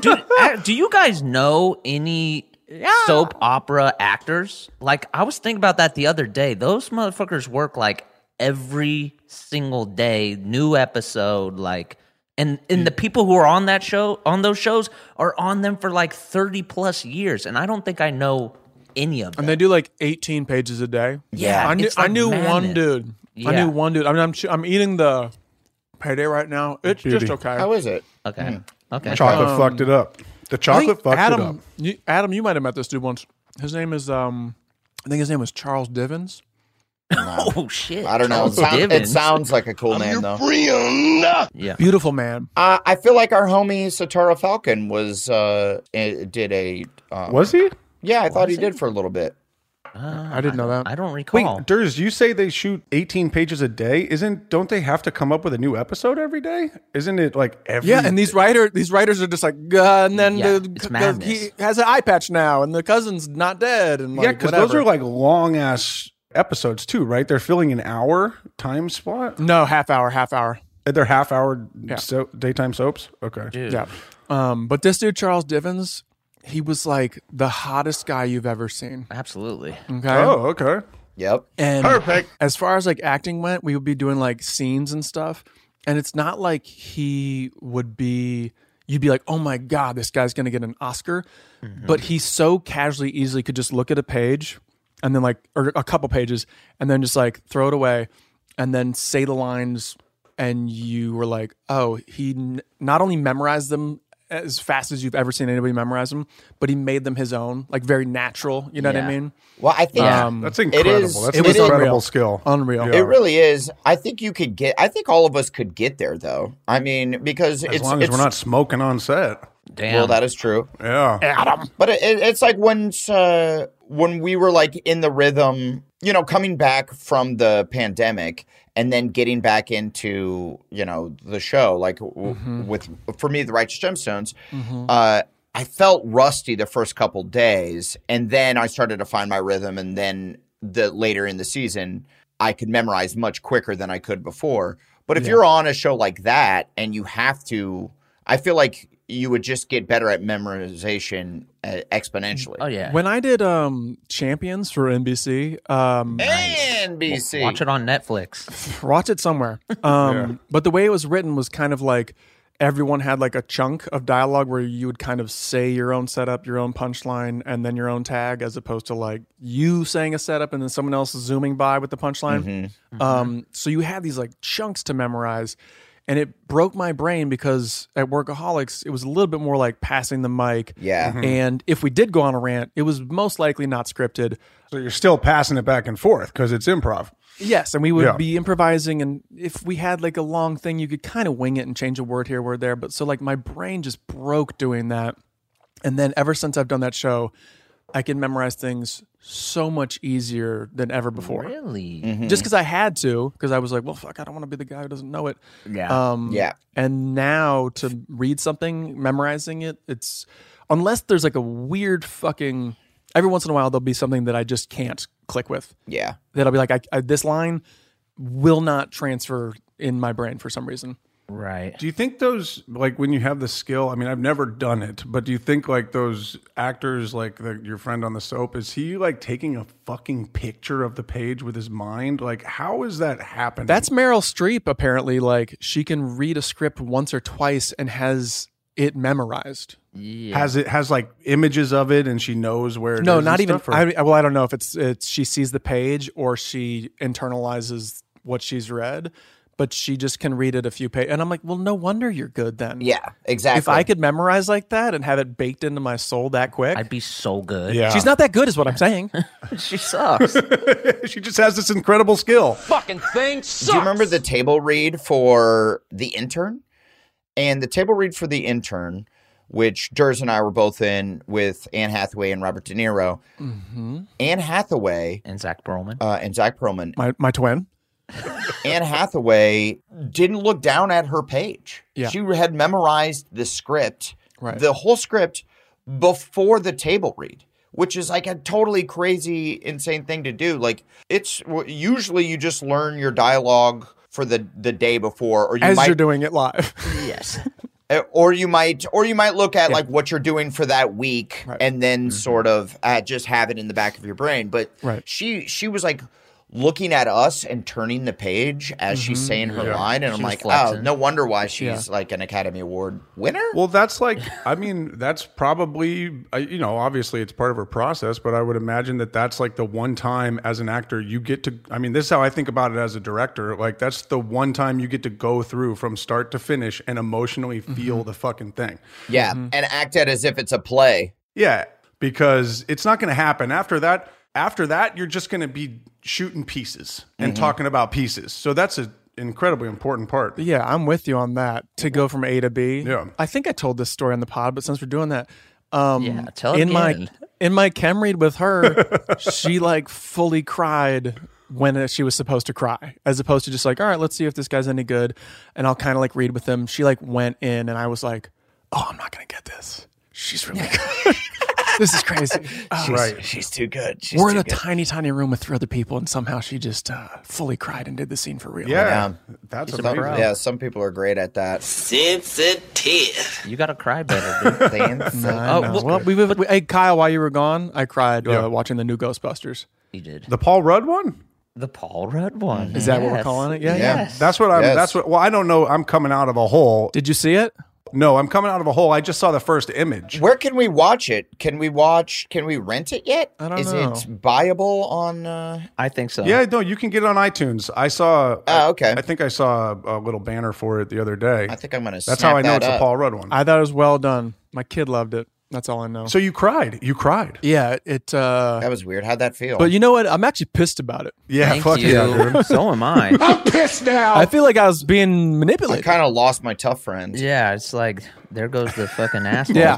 [SPEAKER 1] Dude, I- do you guys know any soap opera actors? Like, I was thinking about that the other day. Those motherfuckers work like every single day, new episode, like. And and the people who are on that show on those shows are on them for like thirty plus years, and I don't think I know any of them.
[SPEAKER 8] and they do like 18 pages a day.
[SPEAKER 1] Yeah,
[SPEAKER 8] I knew,
[SPEAKER 1] it's like
[SPEAKER 8] I knew one
[SPEAKER 1] madness.
[SPEAKER 8] dude. I
[SPEAKER 1] Yeah.
[SPEAKER 8] knew one dude. I mean, I'm ch- I'm eating the payday right now. It's
[SPEAKER 7] Beauty.
[SPEAKER 8] just okay.
[SPEAKER 10] How is it? Hmm.
[SPEAKER 1] okay, okay.
[SPEAKER 7] Chocolate
[SPEAKER 8] Um,
[SPEAKER 7] fucked it up. The
[SPEAKER 8] I
[SPEAKER 7] chocolate
[SPEAKER 8] think
[SPEAKER 7] fucked
[SPEAKER 8] Adam,
[SPEAKER 7] it up.
[SPEAKER 8] You, Adam, you might have met this dude once. His name is um, I think his name was Charles Divins.
[SPEAKER 1] Oh shit!
[SPEAKER 10] I don't know. It,
[SPEAKER 1] Charles
[SPEAKER 10] sound- it
[SPEAKER 1] Dickens.
[SPEAKER 10] sounds like a cool name though.
[SPEAKER 1] yeah.
[SPEAKER 8] Beautiful man.
[SPEAKER 10] Uh, I feel like our homie Satara Falcon was uh eh, did a um,
[SPEAKER 7] Was he?
[SPEAKER 10] yeah I thought he did for a little bit.
[SPEAKER 1] Ah.
[SPEAKER 8] I didn't know that.
[SPEAKER 1] I don't recall.
[SPEAKER 7] Wait, Durs, you say they shoot 18 pages a day? Isn't don't they have to come up with a new episode every day? Isn't it like every
[SPEAKER 8] Yeah, and these writer these writers are just like, uh, and then
[SPEAKER 1] Yeah,
[SPEAKER 8] the,
[SPEAKER 1] it's
[SPEAKER 8] the-
[SPEAKER 1] madness.
[SPEAKER 8] he has an eye patch now, and the cousin's not dead, and like,
[SPEAKER 7] Yeah, cuz those
[SPEAKER 8] whatever.
[SPEAKER 7] are like long ass episodes too, right? They're filling an hour time spot.
[SPEAKER 8] no half hour, half hour.
[SPEAKER 7] They're half hour so- daytime soaps. Okay.
[SPEAKER 8] Yeah. Um, but this dude Charles Divins, he was like the hottest guy you've ever seen.
[SPEAKER 1] Absolutely.
[SPEAKER 8] Okay.
[SPEAKER 7] Oh, okay.
[SPEAKER 10] Yep.
[SPEAKER 8] And
[SPEAKER 7] Perfect.
[SPEAKER 8] As far as like acting went, we would be doing like scenes and stuff, and it's not like he would be. You'd be like, oh my god, this guy's gonna get an Oscar, but he so casually, easily could just look at a page, and then like, or a couple pages, and then just like throw it away, and then say the lines, and you were like, oh, he n- not only memorized them as fast as you've ever seen anybody memorize them, but he made them his own, like very natural. You know
[SPEAKER 1] Yeah.
[SPEAKER 8] what I mean?
[SPEAKER 10] Well, I think
[SPEAKER 8] Um,
[SPEAKER 7] That's incredible.
[SPEAKER 10] is-
[SPEAKER 7] That's
[SPEAKER 10] it
[SPEAKER 7] an
[SPEAKER 10] was
[SPEAKER 7] incredible
[SPEAKER 8] unreal.
[SPEAKER 7] skill.
[SPEAKER 8] Unreal.
[SPEAKER 7] Yeah.
[SPEAKER 10] it really is. I think you could get. I think all of us could get there though. I mean because
[SPEAKER 7] As
[SPEAKER 10] it's
[SPEAKER 7] long as
[SPEAKER 10] it's-
[SPEAKER 7] we're not smoking on set.
[SPEAKER 1] Damn.
[SPEAKER 10] well that is true.
[SPEAKER 7] Yeah.
[SPEAKER 10] But it, it- it's like when uh, when we were like in the rhythm, you know, coming back from the pandemic and then getting back into you know the show, like w- with for me the Righteous Gemstones. Uh, I felt rusty the first couple days, and then I started to find my rhythm, and then the later in the season, I could memorize much quicker than I could before. But if you're on a show like that and you have to, I feel like you would just get better at memorization uh, exponentially.
[SPEAKER 1] Oh yeah.
[SPEAKER 8] When I did um Champions for NBC, um
[SPEAKER 10] NBC.
[SPEAKER 1] Watch it on Netflix.
[SPEAKER 8] watch it somewhere. Um but the way it was written was kind of like everyone had like a chunk of dialogue where you would kind of say your own setup, your own punchline, and then your own tag, as opposed to like you saying a setup and then
[SPEAKER 7] Mm-hmm.
[SPEAKER 8] someone else zooming by with the punchline. Um so you had these like chunks to memorize. and it broke my brain because at Workaholics it was a little bit more like passing the mic.
[SPEAKER 10] Yeah. Mhm.
[SPEAKER 8] And if we did go on a rant, it was most likely not scripted.
[SPEAKER 7] So you're still passing it back and forth because it's improv.
[SPEAKER 8] Yes, and we would
[SPEAKER 7] Yeah.
[SPEAKER 8] be improvising, and if we had like a long thing, you could kind of wing it and change a word here, word there. But so like my brain just broke doing that, and then ever since I've done that show, I can memorize things so much easier than ever before.
[SPEAKER 1] Really?
[SPEAKER 8] Just because I had to, because I was like, well, fuck, I don't want to be the guy who doesn't know it.
[SPEAKER 1] Yeah. Yeah.
[SPEAKER 8] Um, And now to read something, memorizing it, it's unless there's like a weird fucking. Every once in a while, there'll be something that I just can't click with
[SPEAKER 10] Yeah.
[SPEAKER 8] that I'll be like, I, I, this line will not transfer in my brain for some reason.
[SPEAKER 1] Right.
[SPEAKER 7] Do you think those like when you have the skill? I mean, I've never done it, but do you think like those actors, like the, your friend on the soap, is he like taking a fucking picture of the page with his mind? Like, how is that happening?
[SPEAKER 8] That's Meryl Streep, apparently. Like, she can read a script once or twice and has it memorized.
[SPEAKER 1] Yeah.
[SPEAKER 7] has it has like images of it, and she knows where. It
[SPEAKER 8] no,
[SPEAKER 7] is
[SPEAKER 8] not
[SPEAKER 7] and
[SPEAKER 8] even.
[SPEAKER 7] stuff, or-
[SPEAKER 8] I, well, I don't know if it's, it's she sees the page or she internalizes what she's read, but she just can read it a few pages. And I'm like, well, no wonder you're good then.
[SPEAKER 10] Yeah, exactly.
[SPEAKER 8] If I could memorize like that and have it baked into my soul that quick, I'd
[SPEAKER 1] be so good. Oh.
[SPEAKER 7] Yeah.
[SPEAKER 8] She's not that good, is what I'm saying.
[SPEAKER 1] she sucks.
[SPEAKER 7] she just has this incredible skill.
[SPEAKER 10] Fucking thing Do you remember the table read for the intern? And the table read for the intern, which Durs and I were both in with Anne Hathaway and Robert De Niro.
[SPEAKER 8] Mm-hmm.
[SPEAKER 10] Anne Hathaway
[SPEAKER 1] and Zach Perlman.
[SPEAKER 10] Uh, and Zach Perlman.
[SPEAKER 8] My, my twin.
[SPEAKER 10] Anne Hathaway didn't look down at her page.
[SPEAKER 8] Yeah.
[SPEAKER 10] She had memorized the script,
[SPEAKER 8] Right.
[SPEAKER 10] the whole script before the table read, which is like a totally crazy, insane thing to do. Like it's usually you just learn your dialogue for the the day before, or you
[SPEAKER 8] as
[SPEAKER 10] might
[SPEAKER 8] you're doing it live.
[SPEAKER 1] yes.
[SPEAKER 10] uh, or you might or you might look at like what you're doing for that week and then sort of uh, just have it in the back of your brain but
[SPEAKER 8] Right.
[SPEAKER 10] she she was like looking at us and turning the page as she's
[SPEAKER 7] Mhm.
[SPEAKER 10] saying her
[SPEAKER 7] Yeah.
[SPEAKER 10] line and
[SPEAKER 7] She
[SPEAKER 10] i'm
[SPEAKER 7] was
[SPEAKER 10] like oh
[SPEAKER 7] flexing.
[SPEAKER 10] no wonder why she's
[SPEAKER 7] Yeah.
[SPEAKER 10] like an academy award winner
[SPEAKER 7] Well, that's like, I mean, that's probably, I- you know, obviously it's part of her process, but I would imagine that that's like the one time as an actor you get to, I mean, this is how I think about it as a director. Like, that's the one time you get to go through from start to finish and emotionally feel
[SPEAKER 10] Mm-hmm.
[SPEAKER 7] the fucking thing.
[SPEAKER 10] yeah and act it as if it's a play
[SPEAKER 7] Yeah, because it's not going to happen after that. After that, you're just going to be shooting pieces and
[SPEAKER 10] Mm-hmm.
[SPEAKER 8] Mhm.
[SPEAKER 7] talking about pieces. So that's an incredibly important part.
[SPEAKER 8] Yeah, I'm with you on that. To go from A to B.
[SPEAKER 7] Yeah.
[SPEAKER 8] I think I told this story on the pod, but since we're doing that, um,
[SPEAKER 1] Yeah, tell it
[SPEAKER 8] in my
[SPEAKER 1] again.
[SPEAKER 8] in my chem read with her, she like fully cried when she was supposed to cry, as opposed to just like, all right, let's see if this guy's any good, and I'll kind of like read with him. She like went in, and I was like, oh, I'm not gonna get this. She's really good. this is crazy. Oh,
[SPEAKER 10] she's, she's too good she's
[SPEAKER 8] we're in
[SPEAKER 10] too
[SPEAKER 8] a
[SPEAKER 10] good.
[SPEAKER 8] tiny, tiny room with three other people, and somehow she just uh, fully cried and did the scene for real.
[SPEAKER 10] Some- yeah some people are great at that
[SPEAKER 1] Sensitive. You gotta cry better, dude.
[SPEAKER 8] No,
[SPEAKER 7] Oh,
[SPEAKER 8] I know. well, we, we, we- hey Kyle, while you were gone, I cried
[SPEAKER 1] Yeah.
[SPEAKER 8] uh, watching the new Ghostbusters.
[SPEAKER 1] You did
[SPEAKER 7] The Paul Rudd one?
[SPEAKER 1] The Paul Rudd one.
[SPEAKER 8] Is that what we're calling it? Yeah, yeah.
[SPEAKER 7] That's what I'm.
[SPEAKER 8] Yes.
[SPEAKER 7] That's what. Well, I don't know. I'm coming out of a hole.
[SPEAKER 8] Did you see it?
[SPEAKER 7] No, I'm coming out of a hole. I just saw the first image.
[SPEAKER 10] where can we watch it can we watch can we rent it yet
[SPEAKER 7] I don't
[SPEAKER 10] is
[SPEAKER 7] know.
[SPEAKER 10] it buyable on uh
[SPEAKER 1] I think so.
[SPEAKER 7] Yeah, no, you can get it on iTunes. I saw.
[SPEAKER 10] Oh, okay.
[SPEAKER 7] I, think I saw a, a little banner for it the other day. I
[SPEAKER 10] think I'm gonna.
[SPEAKER 7] That's how I know it's a Paul Rudd one.
[SPEAKER 8] I thought it was well done. My kid loved it. That's all I know.
[SPEAKER 7] So you cried. You cried.
[SPEAKER 8] yeah, it. Uh,
[SPEAKER 10] that was weird. How'd that feel?
[SPEAKER 8] But you know what? I'm actually pissed about it.
[SPEAKER 7] Yeah,
[SPEAKER 1] Thank fuck you. yeah, dude. So am I.
[SPEAKER 7] I'm pissed now.
[SPEAKER 8] I feel like I was being
[SPEAKER 10] I
[SPEAKER 8] manipulated.
[SPEAKER 10] kind of lost my tough friend.
[SPEAKER 1] Yeah, it's like there goes the fucking asshole.
[SPEAKER 8] Yeah,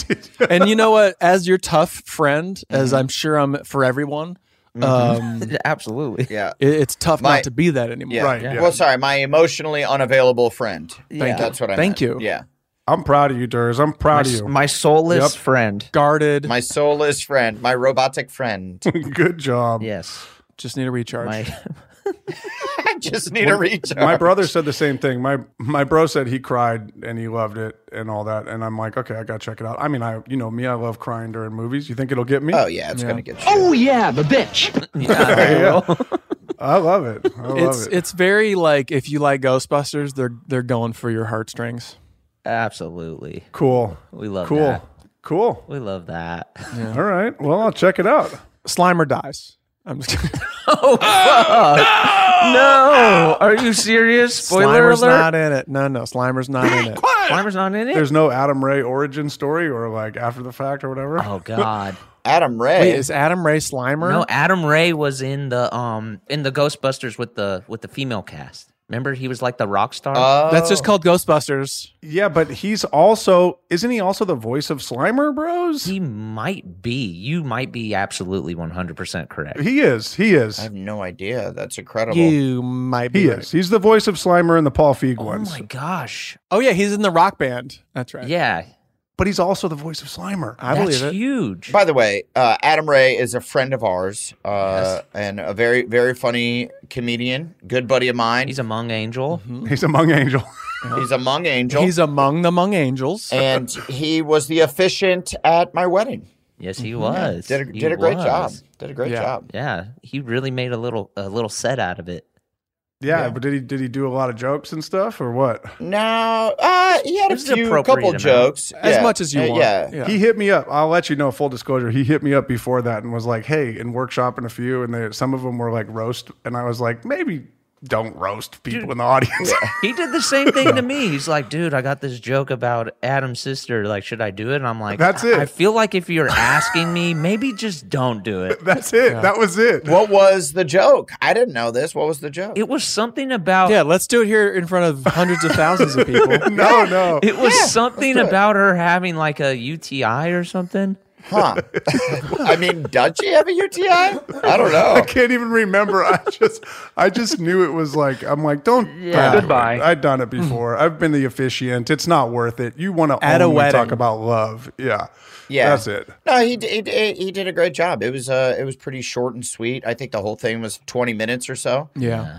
[SPEAKER 8] and you know what? As your tough friend, as
[SPEAKER 7] Mm-hmm.
[SPEAKER 8] I'm sure I'm for everyone, um,
[SPEAKER 1] Mhm. absolutely.
[SPEAKER 10] Yeah,
[SPEAKER 8] it, it's tough
[SPEAKER 10] My-
[SPEAKER 8] not to be that anymore.
[SPEAKER 10] Yeah. Well, sorry, my emotionally unavailable friend.
[SPEAKER 8] Yeah.
[SPEAKER 10] That's what I.
[SPEAKER 8] Thank
[SPEAKER 10] meant.
[SPEAKER 8] you.
[SPEAKER 10] Yeah.
[SPEAKER 7] I'm proud of you, Durs. I'm proud
[SPEAKER 10] My-
[SPEAKER 7] of you.
[SPEAKER 10] my
[SPEAKER 1] soulless
[SPEAKER 7] Yep.
[SPEAKER 1] friend.
[SPEAKER 8] Guarded.
[SPEAKER 10] My soulless friend, my robotic friend.
[SPEAKER 7] Good job.
[SPEAKER 1] Yes.
[SPEAKER 8] Just need a recharge.
[SPEAKER 10] I just need a
[SPEAKER 7] When-
[SPEAKER 10] recharge.
[SPEAKER 7] My brother said the same thing. My my bro said he cried and he loved it and all that. And I'm like, okay, I gotta check it out. I mean, I you know me, I love crying during movies. You think it'll get me?
[SPEAKER 10] Oh yeah, it's gonna get you.
[SPEAKER 7] Oh
[SPEAKER 1] yeah, the bitch.
[SPEAKER 7] I love it. I love
[SPEAKER 8] it's
[SPEAKER 7] it.
[SPEAKER 8] it's very like if you like Ghostbusters, they're they're going for your heartstrings.
[SPEAKER 1] Absolutely.
[SPEAKER 7] Cool.
[SPEAKER 1] We love
[SPEAKER 7] Cool.
[SPEAKER 1] that.
[SPEAKER 7] Cool.
[SPEAKER 1] We love that.
[SPEAKER 7] All right. Well, I'll check it out.
[SPEAKER 8] Slimer dies. I'm just kidding.
[SPEAKER 18] Oh, fuck. no. Are you serious? Spoiler
[SPEAKER 8] Slimer's
[SPEAKER 18] alert.
[SPEAKER 8] not in it. No, no, Slimer's not in it.
[SPEAKER 18] Slimer's not in it.
[SPEAKER 7] There's no Adam Ray origin story or like after the fact or whatever.
[SPEAKER 1] Oh God.
[SPEAKER 10] Adam
[SPEAKER 8] Wait, is Adam Ray Slimer?
[SPEAKER 1] No, Adam Ray was in the um in the Ghostbusters with the with the female cast. Remember, he was like the rock star.
[SPEAKER 10] Oh.
[SPEAKER 8] That's just called Ghostbusters.
[SPEAKER 7] Oh. Yeah, but he's also isn't he also the voice of Slimer Bros?
[SPEAKER 1] He might be. You might be absolutely one hundred percent correct.
[SPEAKER 7] He is. He is.
[SPEAKER 10] I have no idea. That's incredible.
[SPEAKER 8] You might be.
[SPEAKER 7] He
[SPEAKER 8] right.
[SPEAKER 7] is. He's the voice of Slimer and the Paul Feig ones.
[SPEAKER 1] my gosh.
[SPEAKER 8] Oh yeah, he's in the rock band. That's right.
[SPEAKER 1] Yeah.
[SPEAKER 7] But he's also the voice of Slimer.
[SPEAKER 8] I believe it.
[SPEAKER 1] huge.
[SPEAKER 10] By the way, uh, Adam Ray is a friend of ours uh,
[SPEAKER 1] Yes.
[SPEAKER 10] and a very, very funny comedian, good buddy of mine.
[SPEAKER 1] He's a Hmong angel.
[SPEAKER 8] Mm-hmm.
[SPEAKER 7] He's among angel.
[SPEAKER 10] He's a Hmong angel.
[SPEAKER 8] He's among the Hmong angels.
[SPEAKER 10] and he was the officiant at my wedding.
[SPEAKER 1] Yes, he
[SPEAKER 10] Yeah,
[SPEAKER 1] was.
[SPEAKER 10] Did a,
[SPEAKER 1] He
[SPEAKER 10] did a great
[SPEAKER 1] was.
[SPEAKER 10] job. Did a great
[SPEAKER 7] Mm-hmm. Yeah.
[SPEAKER 10] job.
[SPEAKER 1] Yeah, he really made a little a little set out of it.
[SPEAKER 7] Yeah,
[SPEAKER 10] Yeah.
[SPEAKER 7] but did he did he do a lot of jokes and stuff or what?
[SPEAKER 10] No, uh, he had a
[SPEAKER 1] This is the
[SPEAKER 10] few
[SPEAKER 1] appropriate
[SPEAKER 10] couple
[SPEAKER 1] amount.
[SPEAKER 10] jokes.
[SPEAKER 8] As much as you
[SPEAKER 10] Uh,
[SPEAKER 8] want.
[SPEAKER 10] Yeah.
[SPEAKER 8] Yeah.
[SPEAKER 7] He hit me up. I'll let you know. Full disclosure, he hit me up before that and was like, "Hey," and workshopping a few, and they, some of them were like roast, and I was like, maybe don't roast people in the audience.
[SPEAKER 1] He did the same thing to me. He's like, dude, I got this joke about Adam's sister. Like, should I do it? And I'm like,
[SPEAKER 7] That's
[SPEAKER 1] I,
[SPEAKER 7] it.
[SPEAKER 1] I feel like if you're asking me, maybe just don't do it.
[SPEAKER 7] That's it. That was it.
[SPEAKER 10] What was the joke? I didn't know this. What was the joke?
[SPEAKER 1] It was something about
[SPEAKER 8] Yeah, let's do it here in front of hundreds of thousands of people.
[SPEAKER 7] no, no.
[SPEAKER 1] it was
[SPEAKER 10] Yeah, let's
[SPEAKER 1] something
[SPEAKER 10] do it.
[SPEAKER 1] about her having like a UTI or something.
[SPEAKER 10] Huh. I mean, does she Uh, have a UTI? I don't
[SPEAKER 7] I
[SPEAKER 10] know.
[SPEAKER 7] can't even remember. I just, I just knew it was like I'm like, don't.
[SPEAKER 16] Yeah.
[SPEAKER 7] don't do it.
[SPEAKER 11] Goodbye.
[SPEAKER 7] I've done it before. I've been the officiant. It's not worth it. You want to
[SPEAKER 8] Hmm. At a
[SPEAKER 7] only talk
[SPEAKER 8] wedding.
[SPEAKER 7] about love? Yeah,
[SPEAKER 10] Yeah.
[SPEAKER 7] That's it.
[SPEAKER 10] No, he d- he, d- he did a great job. It was uh, it was pretty short and sweet. I think the whole thing was twenty minutes or so.
[SPEAKER 8] Yeah.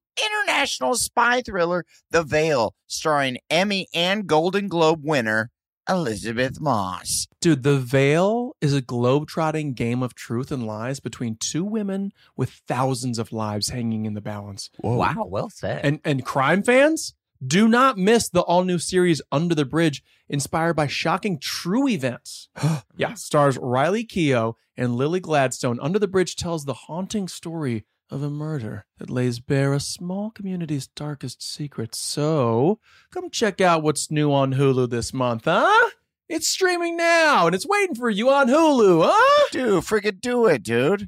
[SPEAKER 10] international spy thriller, The Veil, starring Emmy and Golden Globe winner Elizabeth Moss.
[SPEAKER 8] Dude, The Veil is a globe-trotting game of truth and lies between two women with thousands of lives hanging in the balance.
[SPEAKER 1] Wow, well said.
[SPEAKER 8] And and crime fans, do not miss the all-new series Under the Bridge, inspired by shocking true events. yeah, stars Riley Keough and Lily Gladstone. Under the Bridge tells the haunting story of a murder that lays bare a small community's darkest secrets. So, come check out what's new on Hulu this month, huh? It's streaming now and it's waiting for you on Hulu, huh?
[SPEAKER 10] Dude, friggin' do it, dude.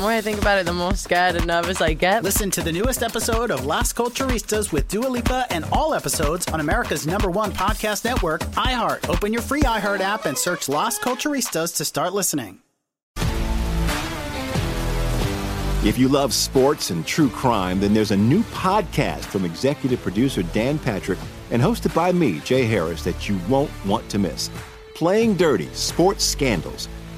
[SPEAKER 16] more I think about it, the more scared and nervous I get.
[SPEAKER 13] Listen to the newest episode of Las Culturistas with Dua Lipa and all episodes on America's number one podcast network, iHeart. Open your free iHeart app and search Las Culturistas to start listening.
[SPEAKER 19] If you love sports and true crime, then there's a new podcast from executive producer Dan Patrick and hosted by me, Jay Harris, that you won't want to miss. Playing Dirty Sports Scandals.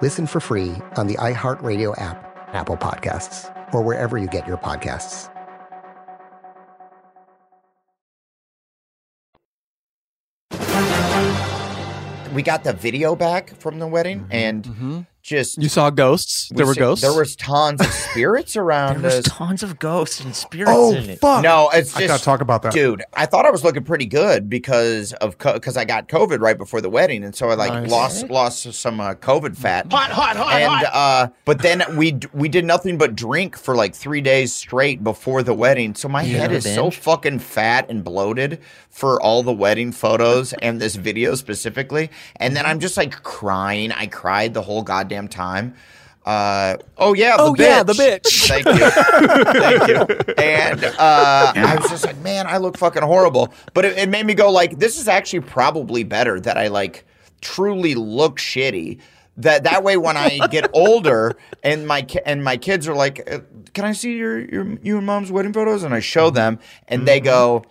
[SPEAKER 20] Listen for free on the iHeartRadio app, Apple Podcasts, or wherever you get your podcasts.
[SPEAKER 10] we got the video back from the wedding and just
[SPEAKER 8] you saw ghosts.
[SPEAKER 10] we
[SPEAKER 8] there were
[SPEAKER 10] said
[SPEAKER 8] ghosts.
[SPEAKER 10] There was tons of spirits around
[SPEAKER 8] There was
[SPEAKER 10] us.
[SPEAKER 1] Tons of ghosts and spirits
[SPEAKER 10] Oh
[SPEAKER 1] in it.
[SPEAKER 10] fuck! No, it's
[SPEAKER 7] I
[SPEAKER 10] just
[SPEAKER 7] gotta talk about that.
[SPEAKER 10] dude. I thought I was looking pretty good because of because I got COVID right before the wedding, and so I like
[SPEAKER 7] Nice.
[SPEAKER 10] lost lost some uh, COVID fat.
[SPEAKER 13] Hot, hot, hot,
[SPEAKER 10] and,
[SPEAKER 13] hot.
[SPEAKER 10] Uh, but then we d- we did nothing but drink for like three days straight before the wedding, so my
[SPEAKER 1] You
[SPEAKER 10] head
[SPEAKER 1] never
[SPEAKER 10] is so
[SPEAKER 1] binged?
[SPEAKER 10] fucking fat and bloated for all the wedding photos and this video specifically. And then I'm just like crying. I cried the whole goddamn time. Uh, oh yeah, the
[SPEAKER 8] Oh,
[SPEAKER 10] bitch.
[SPEAKER 8] yeah, the bitch.
[SPEAKER 10] Thank you. Thank you. And uh, I was just like, man, I look fucking horrible. But it, it made me go like, this is actually probably better that I like truly look shitty. That that way, when I get older and my ki- and my kids are like, uh, can I see your your you and mom's wedding photos? And I show
[SPEAKER 8] Mm-hmm.
[SPEAKER 10] them, and they go,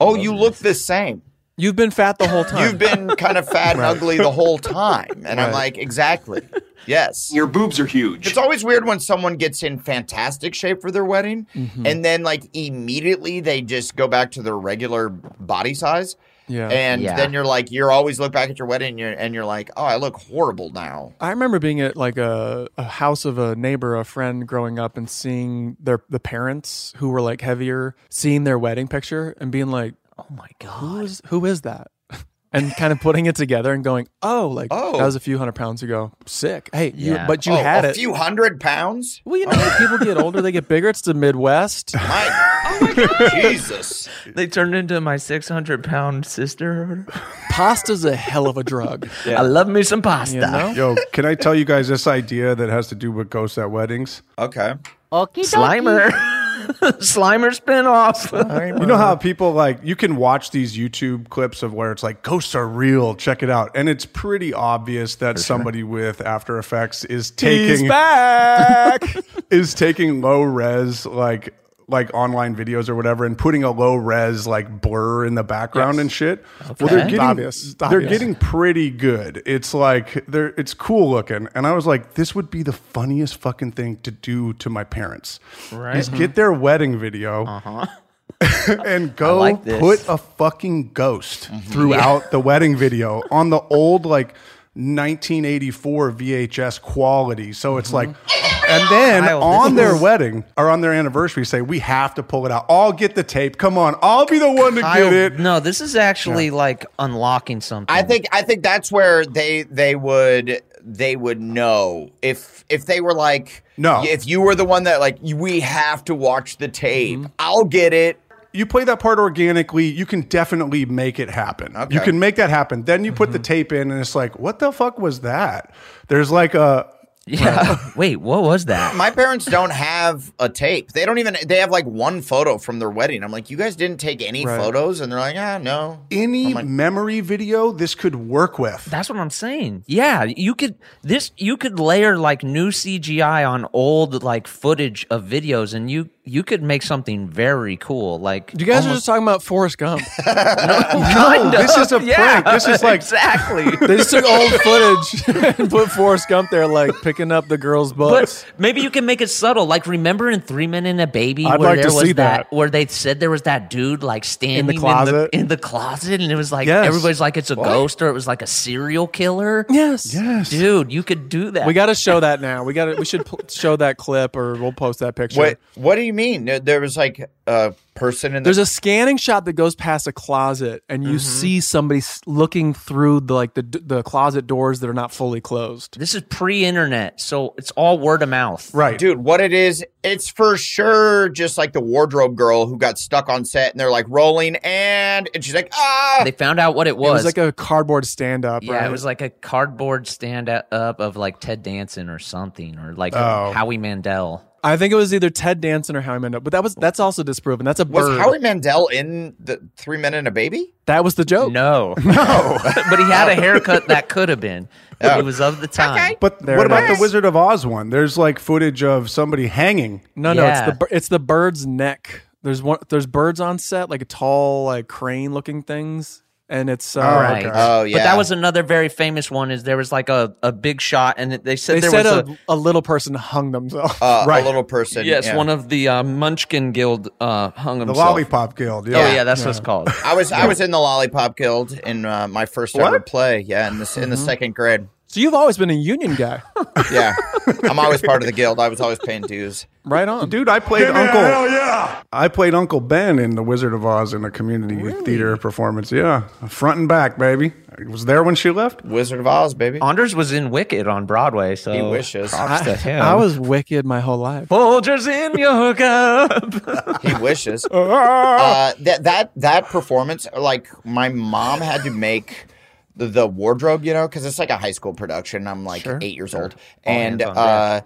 [SPEAKER 10] oh, you look the same.
[SPEAKER 8] You've been fat the whole time.
[SPEAKER 10] You've been kind of fat and
[SPEAKER 8] Right.
[SPEAKER 10] ugly the whole time. And I'm
[SPEAKER 8] Right.
[SPEAKER 10] like, exactly. Yes.
[SPEAKER 9] Your boobs are huge.
[SPEAKER 10] It's always weird when someone gets in fantastic shape for their wedding
[SPEAKER 8] Mm-hmm.
[SPEAKER 10] and then like immediately they just go back to their regular body size.
[SPEAKER 8] Yeah.
[SPEAKER 10] And
[SPEAKER 8] Yeah.
[SPEAKER 10] then you're like, you're always look back at your wedding and you're, and you're like, oh, I look horrible now.
[SPEAKER 8] I remember being at like a, a house of a neighbor, a friend growing up, and seeing their the parents who were like heavier, seeing their wedding picture and being like, "Oh my god, who is who is that?" And kind of putting it together and going, "Oh, like
[SPEAKER 10] Oh.
[SPEAKER 8] that was a few hundred pounds ago. Sick. Hey,
[SPEAKER 10] Yeah.
[SPEAKER 8] you, but you
[SPEAKER 10] Oh,
[SPEAKER 8] had
[SPEAKER 10] a
[SPEAKER 8] it.
[SPEAKER 10] few hundred pounds? Oh,
[SPEAKER 8] Well, you know, like, people get older, they get bigger. It's the Midwest.
[SPEAKER 10] Jesus.
[SPEAKER 1] They turned into my 600 pound sister.
[SPEAKER 8] Pasta's a hell of a drug.
[SPEAKER 1] I love me some pasta.
[SPEAKER 7] Yo, can I tell you guys this idea that has to do with ghosts at weddings?
[SPEAKER 10] Okay.
[SPEAKER 1] Okie Slimer. Slimer spinoff.
[SPEAKER 7] You know
[SPEAKER 1] Uh-huh.
[SPEAKER 7] how people like you can watch these YouTube clips of where it's like ghosts are real, check it out, and it's pretty obvious that somebody with After Effects is taking
[SPEAKER 8] back.
[SPEAKER 7] is taking low res like like online videos or whatever and putting a low res like blur in the background and shit. Well,
[SPEAKER 8] Okay.
[SPEAKER 7] they're getting
[SPEAKER 8] Obvious.
[SPEAKER 7] they're
[SPEAKER 8] Obvious.
[SPEAKER 7] getting pretty good. It's like they're it's cool looking, and I was like, this would be the funniest fucking thing to do to my parents.
[SPEAKER 1] Right. Uh-huh.
[SPEAKER 7] Is get their wedding video. and go
[SPEAKER 1] like this. Mm-hmm.
[SPEAKER 7] put a fucking ghost throughout the wedding video on the old like 1984 VHS quality. So it's
[SPEAKER 1] Mm-hmm.
[SPEAKER 7] like, and then
[SPEAKER 1] Kyle,
[SPEAKER 7] on
[SPEAKER 1] this
[SPEAKER 7] their
[SPEAKER 1] is-
[SPEAKER 7] wedding or on their anniversary, say we have to pull it out. I'll get the tape. Come on, I'll be the one to
[SPEAKER 1] Kyle,
[SPEAKER 7] get it.
[SPEAKER 1] No, this is actually like unlocking something.
[SPEAKER 10] I think I think that's where they they would they would know if if they were like
[SPEAKER 7] No.
[SPEAKER 10] if you were the one that like we have to watch the tape
[SPEAKER 8] Mm-hmm.
[SPEAKER 10] I'll get it
[SPEAKER 7] You play that part organically. You can definitely make it happen. You
[SPEAKER 10] Okay.
[SPEAKER 7] can make that happen. Then you
[SPEAKER 1] Mm-hmm.
[SPEAKER 7] put the tape in, and it's like, what the fuck was that? There's like a
[SPEAKER 1] Yeah. Wait, what was that?
[SPEAKER 10] my parents don't have a tape they don't even they have like one photo from their wedding I'm like you guys didn't take any
[SPEAKER 7] Right.
[SPEAKER 10] photos and they're like ah no
[SPEAKER 7] any memory video this could work with.
[SPEAKER 1] That's what I'm saying. Yeah, you could this you could layer like new CGI on old like footage of videos, and you you could make something very cool. Like
[SPEAKER 8] You guys are
[SPEAKER 1] almost-
[SPEAKER 8] just talking about Forrest Gump.
[SPEAKER 7] No, this is a
[SPEAKER 1] Yeah,
[SPEAKER 7] prank. This is like
[SPEAKER 1] exactly.
[SPEAKER 8] They just took old footage and put Forrest Gump there, like picking up the girls' books.
[SPEAKER 1] But maybe you can make it subtle, like remember in Three Men and a Baby,
[SPEAKER 8] I'd
[SPEAKER 1] where
[SPEAKER 8] like to
[SPEAKER 1] there was
[SPEAKER 8] see that.
[SPEAKER 1] where they said there was that dude like standing
[SPEAKER 8] closet.
[SPEAKER 1] in the, closet, and it was like
[SPEAKER 8] Yes.
[SPEAKER 1] everybody's like it's a ghost or it was like a serial killer.
[SPEAKER 8] Yes, yes,
[SPEAKER 1] dude, you could do that.
[SPEAKER 8] We got to show that now. We got to. We should pl- show that clip, or we'll post that picture.
[SPEAKER 10] what what do you mean there, there was like a person in the
[SPEAKER 8] There's a scanning shot that goes past a closet, and
[SPEAKER 1] Mm-hmm.
[SPEAKER 8] you see somebody s- looking through the like the d- the closet doors that are not fully closed.
[SPEAKER 1] This is pre-internet, so it's all word of mouth.
[SPEAKER 8] Right.
[SPEAKER 10] Dude, what it is, it's for sure just like the wardrobe girl who got stuck on set and they're like rolling and and she's like, ah
[SPEAKER 1] They found out what it was.
[SPEAKER 8] It was like a cardboard stand up.
[SPEAKER 1] yeah, it was like a cardboard stand up of like Ted Danson or something, or like
[SPEAKER 8] Oh.
[SPEAKER 1] Howie Mandel.
[SPEAKER 8] I think it was either Ted Danson or Howie Mandel, but that was that's also disproven. That's a bird.
[SPEAKER 10] Was Howie Mandel in the Three Men and a Baby?
[SPEAKER 8] that was the joke.
[SPEAKER 1] No,
[SPEAKER 8] no.
[SPEAKER 1] but he had a haircut that could have been. It was of the time.
[SPEAKER 7] But
[SPEAKER 8] There
[SPEAKER 7] what
[SPEAKER 8] it
[SPEAKER 7] about
[SPEAKER 8] is.
[SPEAKER 7] the Wizard of Oz one? There's like footage of somebody hanging.
[SPEAKER 8] No, no, it's the bir- it's the bird's neck. There's one. There's birds on set, like a tall, like crane looking things, and it's uh,
[SPEAKER 1] right.
[SPEAKER 10] Oh,
[SPEAKER 1] But that was another very famous one. Is there was like a, a big shot, and they said
[SPEAKER 8] they
[SPEAKER 1] there
[SPEAKER 8] said
[SPEAKER 1] was
[SPEAKER 8] a, a, little person hung themselves.
[SPEAKER 10] Uh,
[SPEAKER 1] Right.
[SPEAKER 10] a little person.
[SPEAKER 1] Yes,
[SPEAKER 10] yeah.
[SPEAKER 1] one of the uh, Munchkin Guild uh, hung himself.
[SPEAKER 7] Lollipop Guild, yeah.
[SPEAKER 1] Oh yeah, that's what it's
[SPEAKER 7] Yeah.
[SPEAKER 1] called.
[SPEAKER 10] I was I was in the Lollipop Guild in uh, my first ever
[SPEAKER 8] What?
[SPEAKER 10] play. Yeah, in the in the second grade.
[SPEAKER 8] Mm-hmm. So you've always been a union guy,
[SPEAKER 10] Yeah, I'm always part of the guild. I was always paying dues.
[SPEAKER 8] right on,
[SPEAKER 7] dude. I played Uncle. I played Uncle Ben in The Wizard of Oz in a community theater performance. Yeah, front and back, baby. I was there when she left.
[SPEAKER 10] Wizard of Oz, baby.
[SPEAKER 1] Anders was in Wicked on Broadway, so
[SPEAKER 10] He wishes.
[SPEAKER 1] Props to
[SPEAKER 8] I,
[SPEAKER 1] him.
[SPEAKER 8] I was wicked my whole life.
[SPEAKER 1] Folgers in your cup.
[SPEAKER 10] He wishes.
[SPEAKER 8] Ah!
[SPEAKER 10] uh, that that that performance, like my mom had to make the, the wardrobe, you know, because it's like a high school production. I'm like eight years old, and
[SPEAKER 1] hands on deck.
[SPEAKER 10] uh,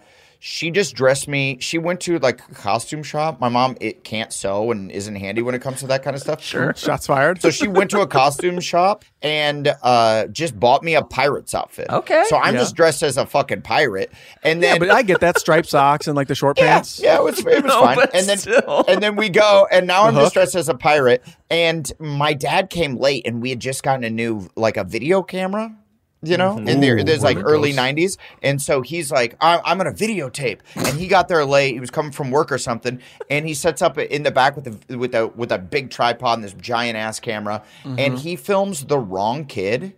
[SPEAKER 10] she just dressed me. She went to like a costume shop. My mom it can't sew and isn't handy when it comes to that kind of stuff. Sure.
[SPEAKER 8] Shots fired.
[SPEAKER 10] So she went to a costume shop and uh, just bought me a pirate's outfit.
[SPEAKER 1] Okay.
[SPEAKER 10] So I'm
[SPEAKER 8] Yeah.
[SPEAKER 10] just dressed as a fucking pirate, and then
[SPEAKER 8] yeah, but I get that striped socks and like the short
[SPEAKER 10] yeah,
[SPEAKER 8] pants.
[SPEAKER 10] yeah, it was, it was
[SPEAKER 1] No,
[SPEAKER 10] fine.
[SPEAKER 1] but
[SPEAKER 10] And then
[SPEAKER 1] still.
[SPEAKER 10] and then we go, and now I'm
[SPEAKER 7] Uh-huh.
[SPEAKER 8] The
[SPEAKER 10] just dressed as a pirate. And my dad came late, and we had just gotten a new like a video camera. You know, in there,
[SPEAKER 7] Ooh,
[SPEAKER 10] there's like
[SPEAKER 7] really
[SPEAKER 10] early
[SPEAKER 7] gross.
[SPEAKER 10] '90s, and so he's like, I- "I'm gonna videotape," and he got there late. He was coming from work or something, and he sets up in the back with the with a with a big tripod and this giant ass camera, and he films the wrong kid
[SPEAKER 7] Mm-hmm.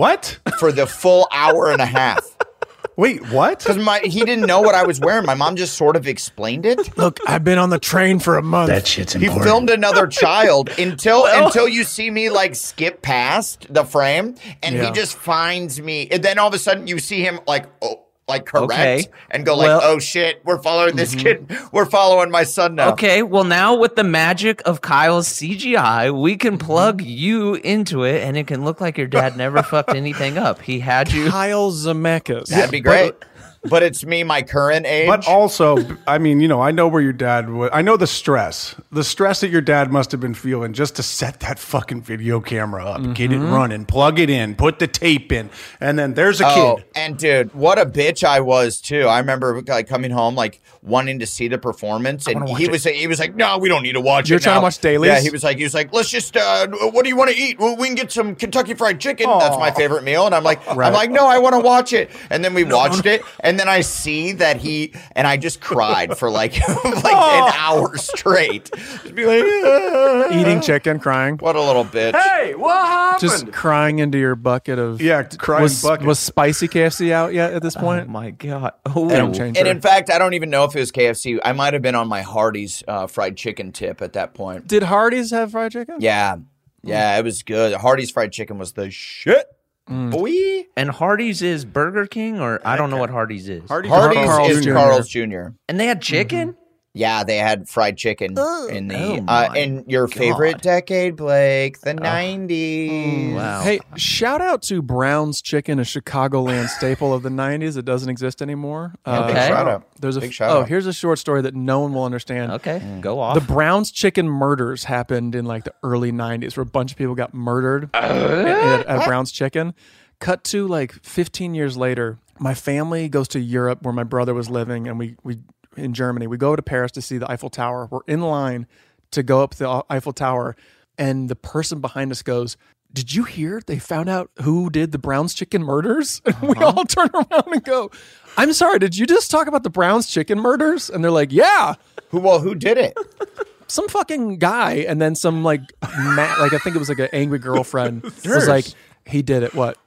[SPEAKER 7] What?
[SPEAKER 10] for the full hour and a half
[SPEAKER 7] Wait, what?
[SPEAKER 10] because my he didn't know what I was wearing. My mom just sort of explained it.
[SPEAKER 8] Look, I've been on the train for a month.
[SPEAKER 9] That shit's
[SPEAKER 10] He
[SPEAKER 9] important.
[SPEAKER 10] filmed another child until until you see me like skip past the frame, and he
[SPEAKER 8] Yeah.
[SPEAKER 10] just finds me, and then all of a sudden you see him like oh. Like correct
[SPEAKER 1] Okay.
[SPEAKER 10] and go like,
[SPEAKER 1] Well-
[SPEAKER 10] oh shit, we're following this
[SPEAKER 7] Mm-hmm.
[SPEAKER 10] kid, we're following my son now.
[SPEAKER 1] Okay, well now with the magic of Kyle's CGI, we can plug you into it, and it can look like your dad never fucked anything up. He had you.
[SPEAKER 8] Kyle Zemeckis.
[SPEAKER 10] that'd be great. But, it's me, my current age.
[SPEAKER 7] But also, I mean, you know, I know where your dad was. I know the stress, the stress that your dad must have been feeling just to set that fucking video camera up, get
[SPEAKER 10] Mm-hmm.
[SPEAKER 7] it running, plug it in, put the tape in, and then there's a
[SPEAKER 10] Oh,
[SPEAKER 7] kid.
[SPEAKER 10] and dude, what a bitch I was too. I remember like coming home, like wanting to see the performance, and he was he was like, "No, we don't need to watch
[SPEAKER 8] You're
[SPEAKER 10] it."
[SPEAKER 8] trying to
[SPEAKER 10] now."
[SPEAKER 8] watch dailies?
[SPEAKER 10] Yeah, he was like, he was like, "Let's just, uh, what do you want to eat? Well, we can get some Kentucky Fried Chicken. That's my favorite meal." And I'm like, I'm
[SPEAKER 8] Right.
[SPEAKER 10] like, "No, I want to watch it." And then we watched it, and then I see that he and I just cried for like like an hour straight. Just be like, "Ah."
[SPEAKER 8] Eating chicken, crying.
[SPEAKER 10] What a little bitch.
[SPEAKER 11] Hey, what happened?
[SPEAKER 8] Just crying into your bucket of
[SPEAKER 7] Yeah, crying
[SPEAKER 8] was,
[SPEAKER 7] bucket.
[SPEAKER 8] was spicy KFC out yet at this
[SPEAKER 1] Oh
[SPEAKER 8] point?
[SPEAKER 1] my god! Oh,
[SPEAKER 8] Don't change
[SPEAKER 10] and
[SPEAKER 8] her.
[SPEAKER 10] in fact, I don't even know if it was KFC. I might have been on my Hardee's uh, fried chicken tip at that point.
[SPEAKER 8] Did Hardee's have fried chicken?
[SPEAKER 10] Yeah. Yeah, it was good. Hardy's fried chicken was the shit.
[SPEAKER 1] Mm.
[SPEAKER 10] Boy.
[SPEAKER 1] and Hardee's is Burger King, or I don't know what Hardee's is.
[SPEAKER 7] Hardy's,
[SPEAKER 10] Hardy's
[SPEAKER 8] Carl's
[SPEAKER 10] is
[SPEAKER 8] Jr.
[SPEAKER 10] Carl's Jr.
[SPEAKER 1] and they had chicken.
[SPEAKER 10] Yeah, they had fried chicken in the
[SPEAKER 1] oh
[SPEAKER 10] uh,
[SPEAKER 1] my
[SPEAKER 10] in your favorite decade, Blake, the nineties.
[SPEAKER 1] Mm, Wow.
[SPEAKER 8] Hey, shout out to Brown's Chicken, a Chicagoland staple of the '90s. It doesn't exist anymore. Uh,
[SPEAKER 1] big shout
[SPEAKER 10] out.
[SPEAKER 8] There's a
[SPEAKER 10] Big shout
[SPEAKER 8] oh,
[SPEAKER 10] out.
[SPEAKER 8] here's a short story that no one will understand.
[SPEAKER 1] Okay, go off.
[SPEAKER 8] The Brown's Chicken murders happened in like the early '90s, where a bunch of people got murdered at, at- at Brown's Chicken. Cut to like 15 years later, my family goes to Europe where my brother was living, and we we in Germany. We go to Paris to see the Eiffel Tower. We're in line to go up the uh, Eiffel Tower, and the person behind us goes. Did you hear they found out who did the Brown's chicken murders? And
[SPEAKER 10] Uh-huh.
[SPEAKER 8] we all turn around and go, I'm sorry, did you just talk about the Brown's chicken murders? And they're like, Yeah
[SPEAKER 10] Who well who did it?
[SPEAKER 8] some fucking guy and then some like ma- like I think it was like an angry girlfriend was like he did it what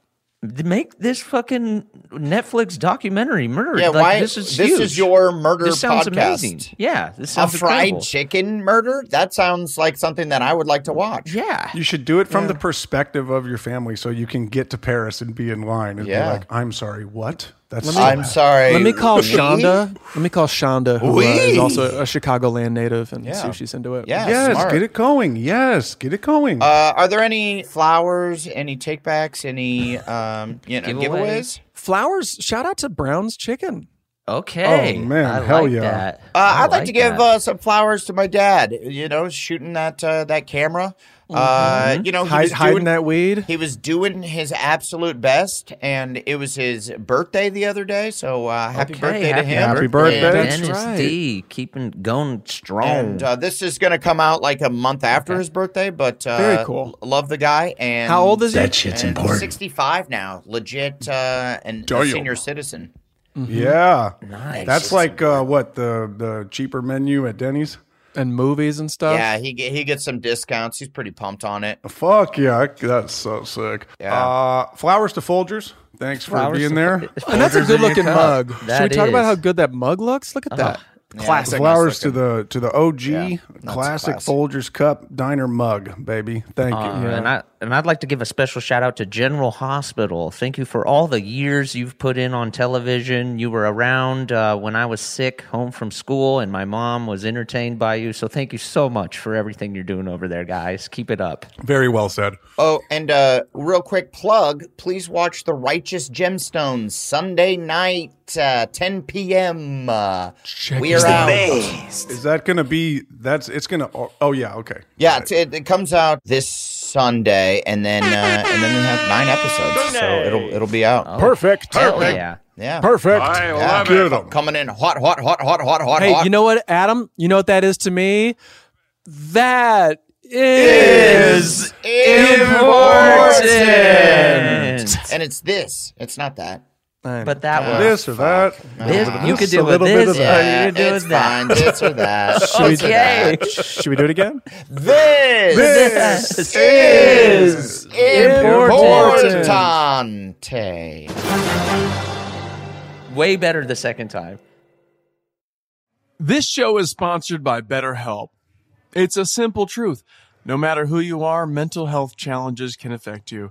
[SPEAKER 1] make this fucking Netflix documentary murder.
[SPEAKER 10] Yeah,
[SPEAKER 1] like,
[SPEAKER 10] why-
[SPEAKER 1] This is
[SPEAKER 10] this
[SPEAKER 1] huge.
[SPEAKER 10] is your murder
[SPEAKER 1] This sounds
[SPEAKER 10] podcast.
[SPEAKER 1] amazing. Yeah, this sounds
[SPEAKER 10] a fried
[SPEAKER 1] incredible.
[SPEAKER 10] chicken murder. That sounds like something that I would like to watch.
[SPEAKER 1] Yeah,
[SPEAKER 7] You should do it from
[SPEAKER 10] Yeah.
[SPEAKER 7] the perspective of your family, so you can get to Paris and be in line and
[SPEAKER 10] Yeah.
[SPEAKER 7] be like, "I'm sorry, what? That's
[SPEAKER 8] Let
[SPEAKER 7] so
[SPEAKER 8] me-
[SPEAKER 7] bad."
[SPEAKER 8] Let me call Shonda. Let me call Shonda, who uh, is
[SPEAKER 7] We.
[SPEAKER 8] also a Chicagoland native, and see
[SPEAKER 10] Yeah.
[SPEAKER 8] if she's into it.
[SPEAKER 10] Yeah,
[SPEAKER 7] yes,
[SPEAKER 10] smart.
[SPEAKER 7] get it going. Yes, get it going.
[SPEAKER 10] Uh, are there any flowers, any takebacks, any um, you know giveaways?
[SPEAKER 8] Flowers. Shout out to Brown's Chicken.
[SPEAKER 1] Okay.
[SPEAKER 7] Oh, man, I hell like yeah.
[SPEAKER 10] Uh, I'd like, to give
[SPEAKER 8] that.
[SPEAKER 10] uh, some flowers to my dad. You know, shooting that uh, that camera. Uh,
[SPEAKER 8] Mhm.
[SPEAKER 10] you know, he
[SPEAKER 8] Hide-
[SPEAKER 10] was
[SPEAKER 8] hiding
[SPEAKER 10] doing,
[SPEAKER 8] that weed.
[SPEAKER 10] He was doing his absolute best, and it was his birthday the other day. So uh, happy
[SPEAKER 1] Okay,
[SPEAKER 10] birthday to him!
[SPEAKER 1] Dennis D. Keeping going strong.
[SPEAKER 10] And uh, this is going to come out like a month after his birthday, but uh,
[SPEAKER 1] Very cool.
[SPEAKER 10] l- Love the guy. And
[SPEAKER 1] How old is he? That shit's
[SPEAKER 10] and
[SPEAKER 1] important.
[SPEAKER 10] Sixty-five now, legit, uh, and a
[SPEAKER 7] Damn.
[SPEAKER 10] senior citizen.
[SPEAKER 8] Mm-hmm.
[SPEAKER 7] Yeah,
[SPEAKER 10] Nice.
[SPEAKER 7] That's like uh, what the the cheaper menu at Denny's
[SPEAKER 8] and movies and stuff.
[SPEAKER 10] Yeah, he ge- he gets some discounts. He's pretty pumped on it.
[SPEAKER 7] Fuck yeah, that's so sick. Uh, flowers to Folgers. Thanks for
[SPEAKER 10] Flowers
[SPEAKER 7] being
[SPEAKER 10] to
[SPEAKER 7] there.
[SPEAKER 10] Fol-
[SPEAKER 8] And that's a
[SPEAKER 7] Folgers in
[SPEAKER 8] good looking
[SPEAKER 7] your
[SPEAKER 8] mug.
[SPEAKER 7] cup.
[SPEAKER 8] Should we talk about how good that mug looks? Look at that.
[SPEAKER 7] Classic flowers to the to the OG classic
[SPEAKER 1] classy.
[SPEAKER 7] Folgers cup diner mug, baby. Thank
[SPEAKER 1] Uh,
[SPEAKER 7] you.
[SPEAKER 1] And I and I'd like to give a special shout out to General Hospital. Thank you for all the years you've put in on television. You were around uh, when I was sick, home from school, and my mom was entertained by you. So thank you so much for everything you're doing over there, guys. Keep it up.
[SPEAKER 7] Very well said.
[SPEAKER 10] Oh, and uh, real quick plug: please watch The Righteous Gemstones Sunday night, uh, 10 p.m. Uh, we are out.
[SPEAKER 7] Is that gonna be? That's it's gonna. Oh, oh, yeah. Okay.
[SPEAKER 10] Yeah, it's, it, it comes out this Sunday, and then uh, and then we have nine episodes, so it'll it'll be out.
[SPEAKER 7] Perfect.
[SPEAKER 8] Hell Perfect. yeah.
[SPEAKER 10] Yeah.
[SPEAKER 8] Perfect.
[SPEAKER 7] I
[SPEAKER 8] love
[SPEAKER 10] yeah.
[SPEAKER 8] it. Get 'em.
[SPEAKER 10] Coming in hot, hot, hot, hot, hot, hot,
[SPEAKER 8] hey,
[SPEAKER 10] hot.
[SPEAKER 8] you know what, Adam? You know what that is to me? That is, important.
[SPEAKER 10] and it's this. It's not that.
[SPEAKER 1] But that
[SPEAKER 10] Oh,
[SPEAKER 1] was
[SPEAKER 10] this or
[SPEAKER 7] that.
[SPEAKER 1] This,
[SPEAKER 10] Uh,
[SPEAKER 1] you
[SPEAKER 10] just
[SPEAKER 1] could
[SPEAKER 10] a
[SPEAKER 1] do with
[SPEAKER 10] little bit
[SPEAKER 1] this,
[SPEAKER 10] of
[SPEAKER 1] or
[SPEAKER 10] that.
[SPEAKER 1] you could do
[SPEAKER 10] It's
[SPEAKER 1] with that.
[SPEAKER 10] fine, this or that,
[SPEAKER 8] Should we do-
[SPEAKER 1] okay.
[SPEAKER 8] Should we do it again?
[SPEAKER 10] This,
[SPEAKER 8] This
[SPEAKER 10] is
[SPEAKER 8] is important.
[SPEAKER 10] importante.
[SPEAKER 1] Way better the second time.
[SPEAKER 8] This show is sponsored by BetterHelp. It's a simple truth. No matter who you are, mental health challenges can affect you,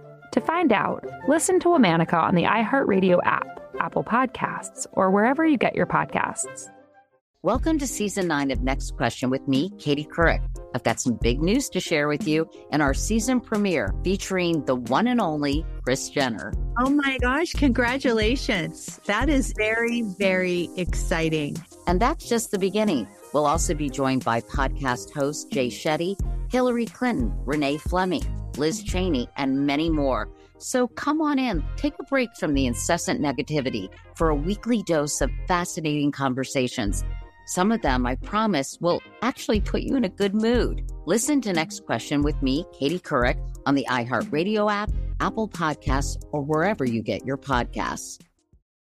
[SPEAKER 2] To find out, listen to Womanica on the iHeartRadio app, Apple Podcasts, or wherever you get your podcasts.
[SPEAKER 3] Welcome to season nine of Next Question with me, Katie Couric. I've got some big news to share with you in our season premiere featuring the one and only Chris Jenner.
[SPEAKER 4] Oh my gosh, congratulations. That is very, very exciting.
[SPEAKER 3] And that's just the beginning. We'll also be joined by podcast host Jay Shetty, Hillary Clinton, Renee Fleming, Liz Cheney, and many more. So come on in, take a break from the incessant negativity for a weekly dose of fascinating conversations. Some of them, I promise, will actually put you in a good mood. Listen to Next Question with me, Katie Couric, on the iHeartRadio app, Apple Podcasts, or wherever you get your podcasts.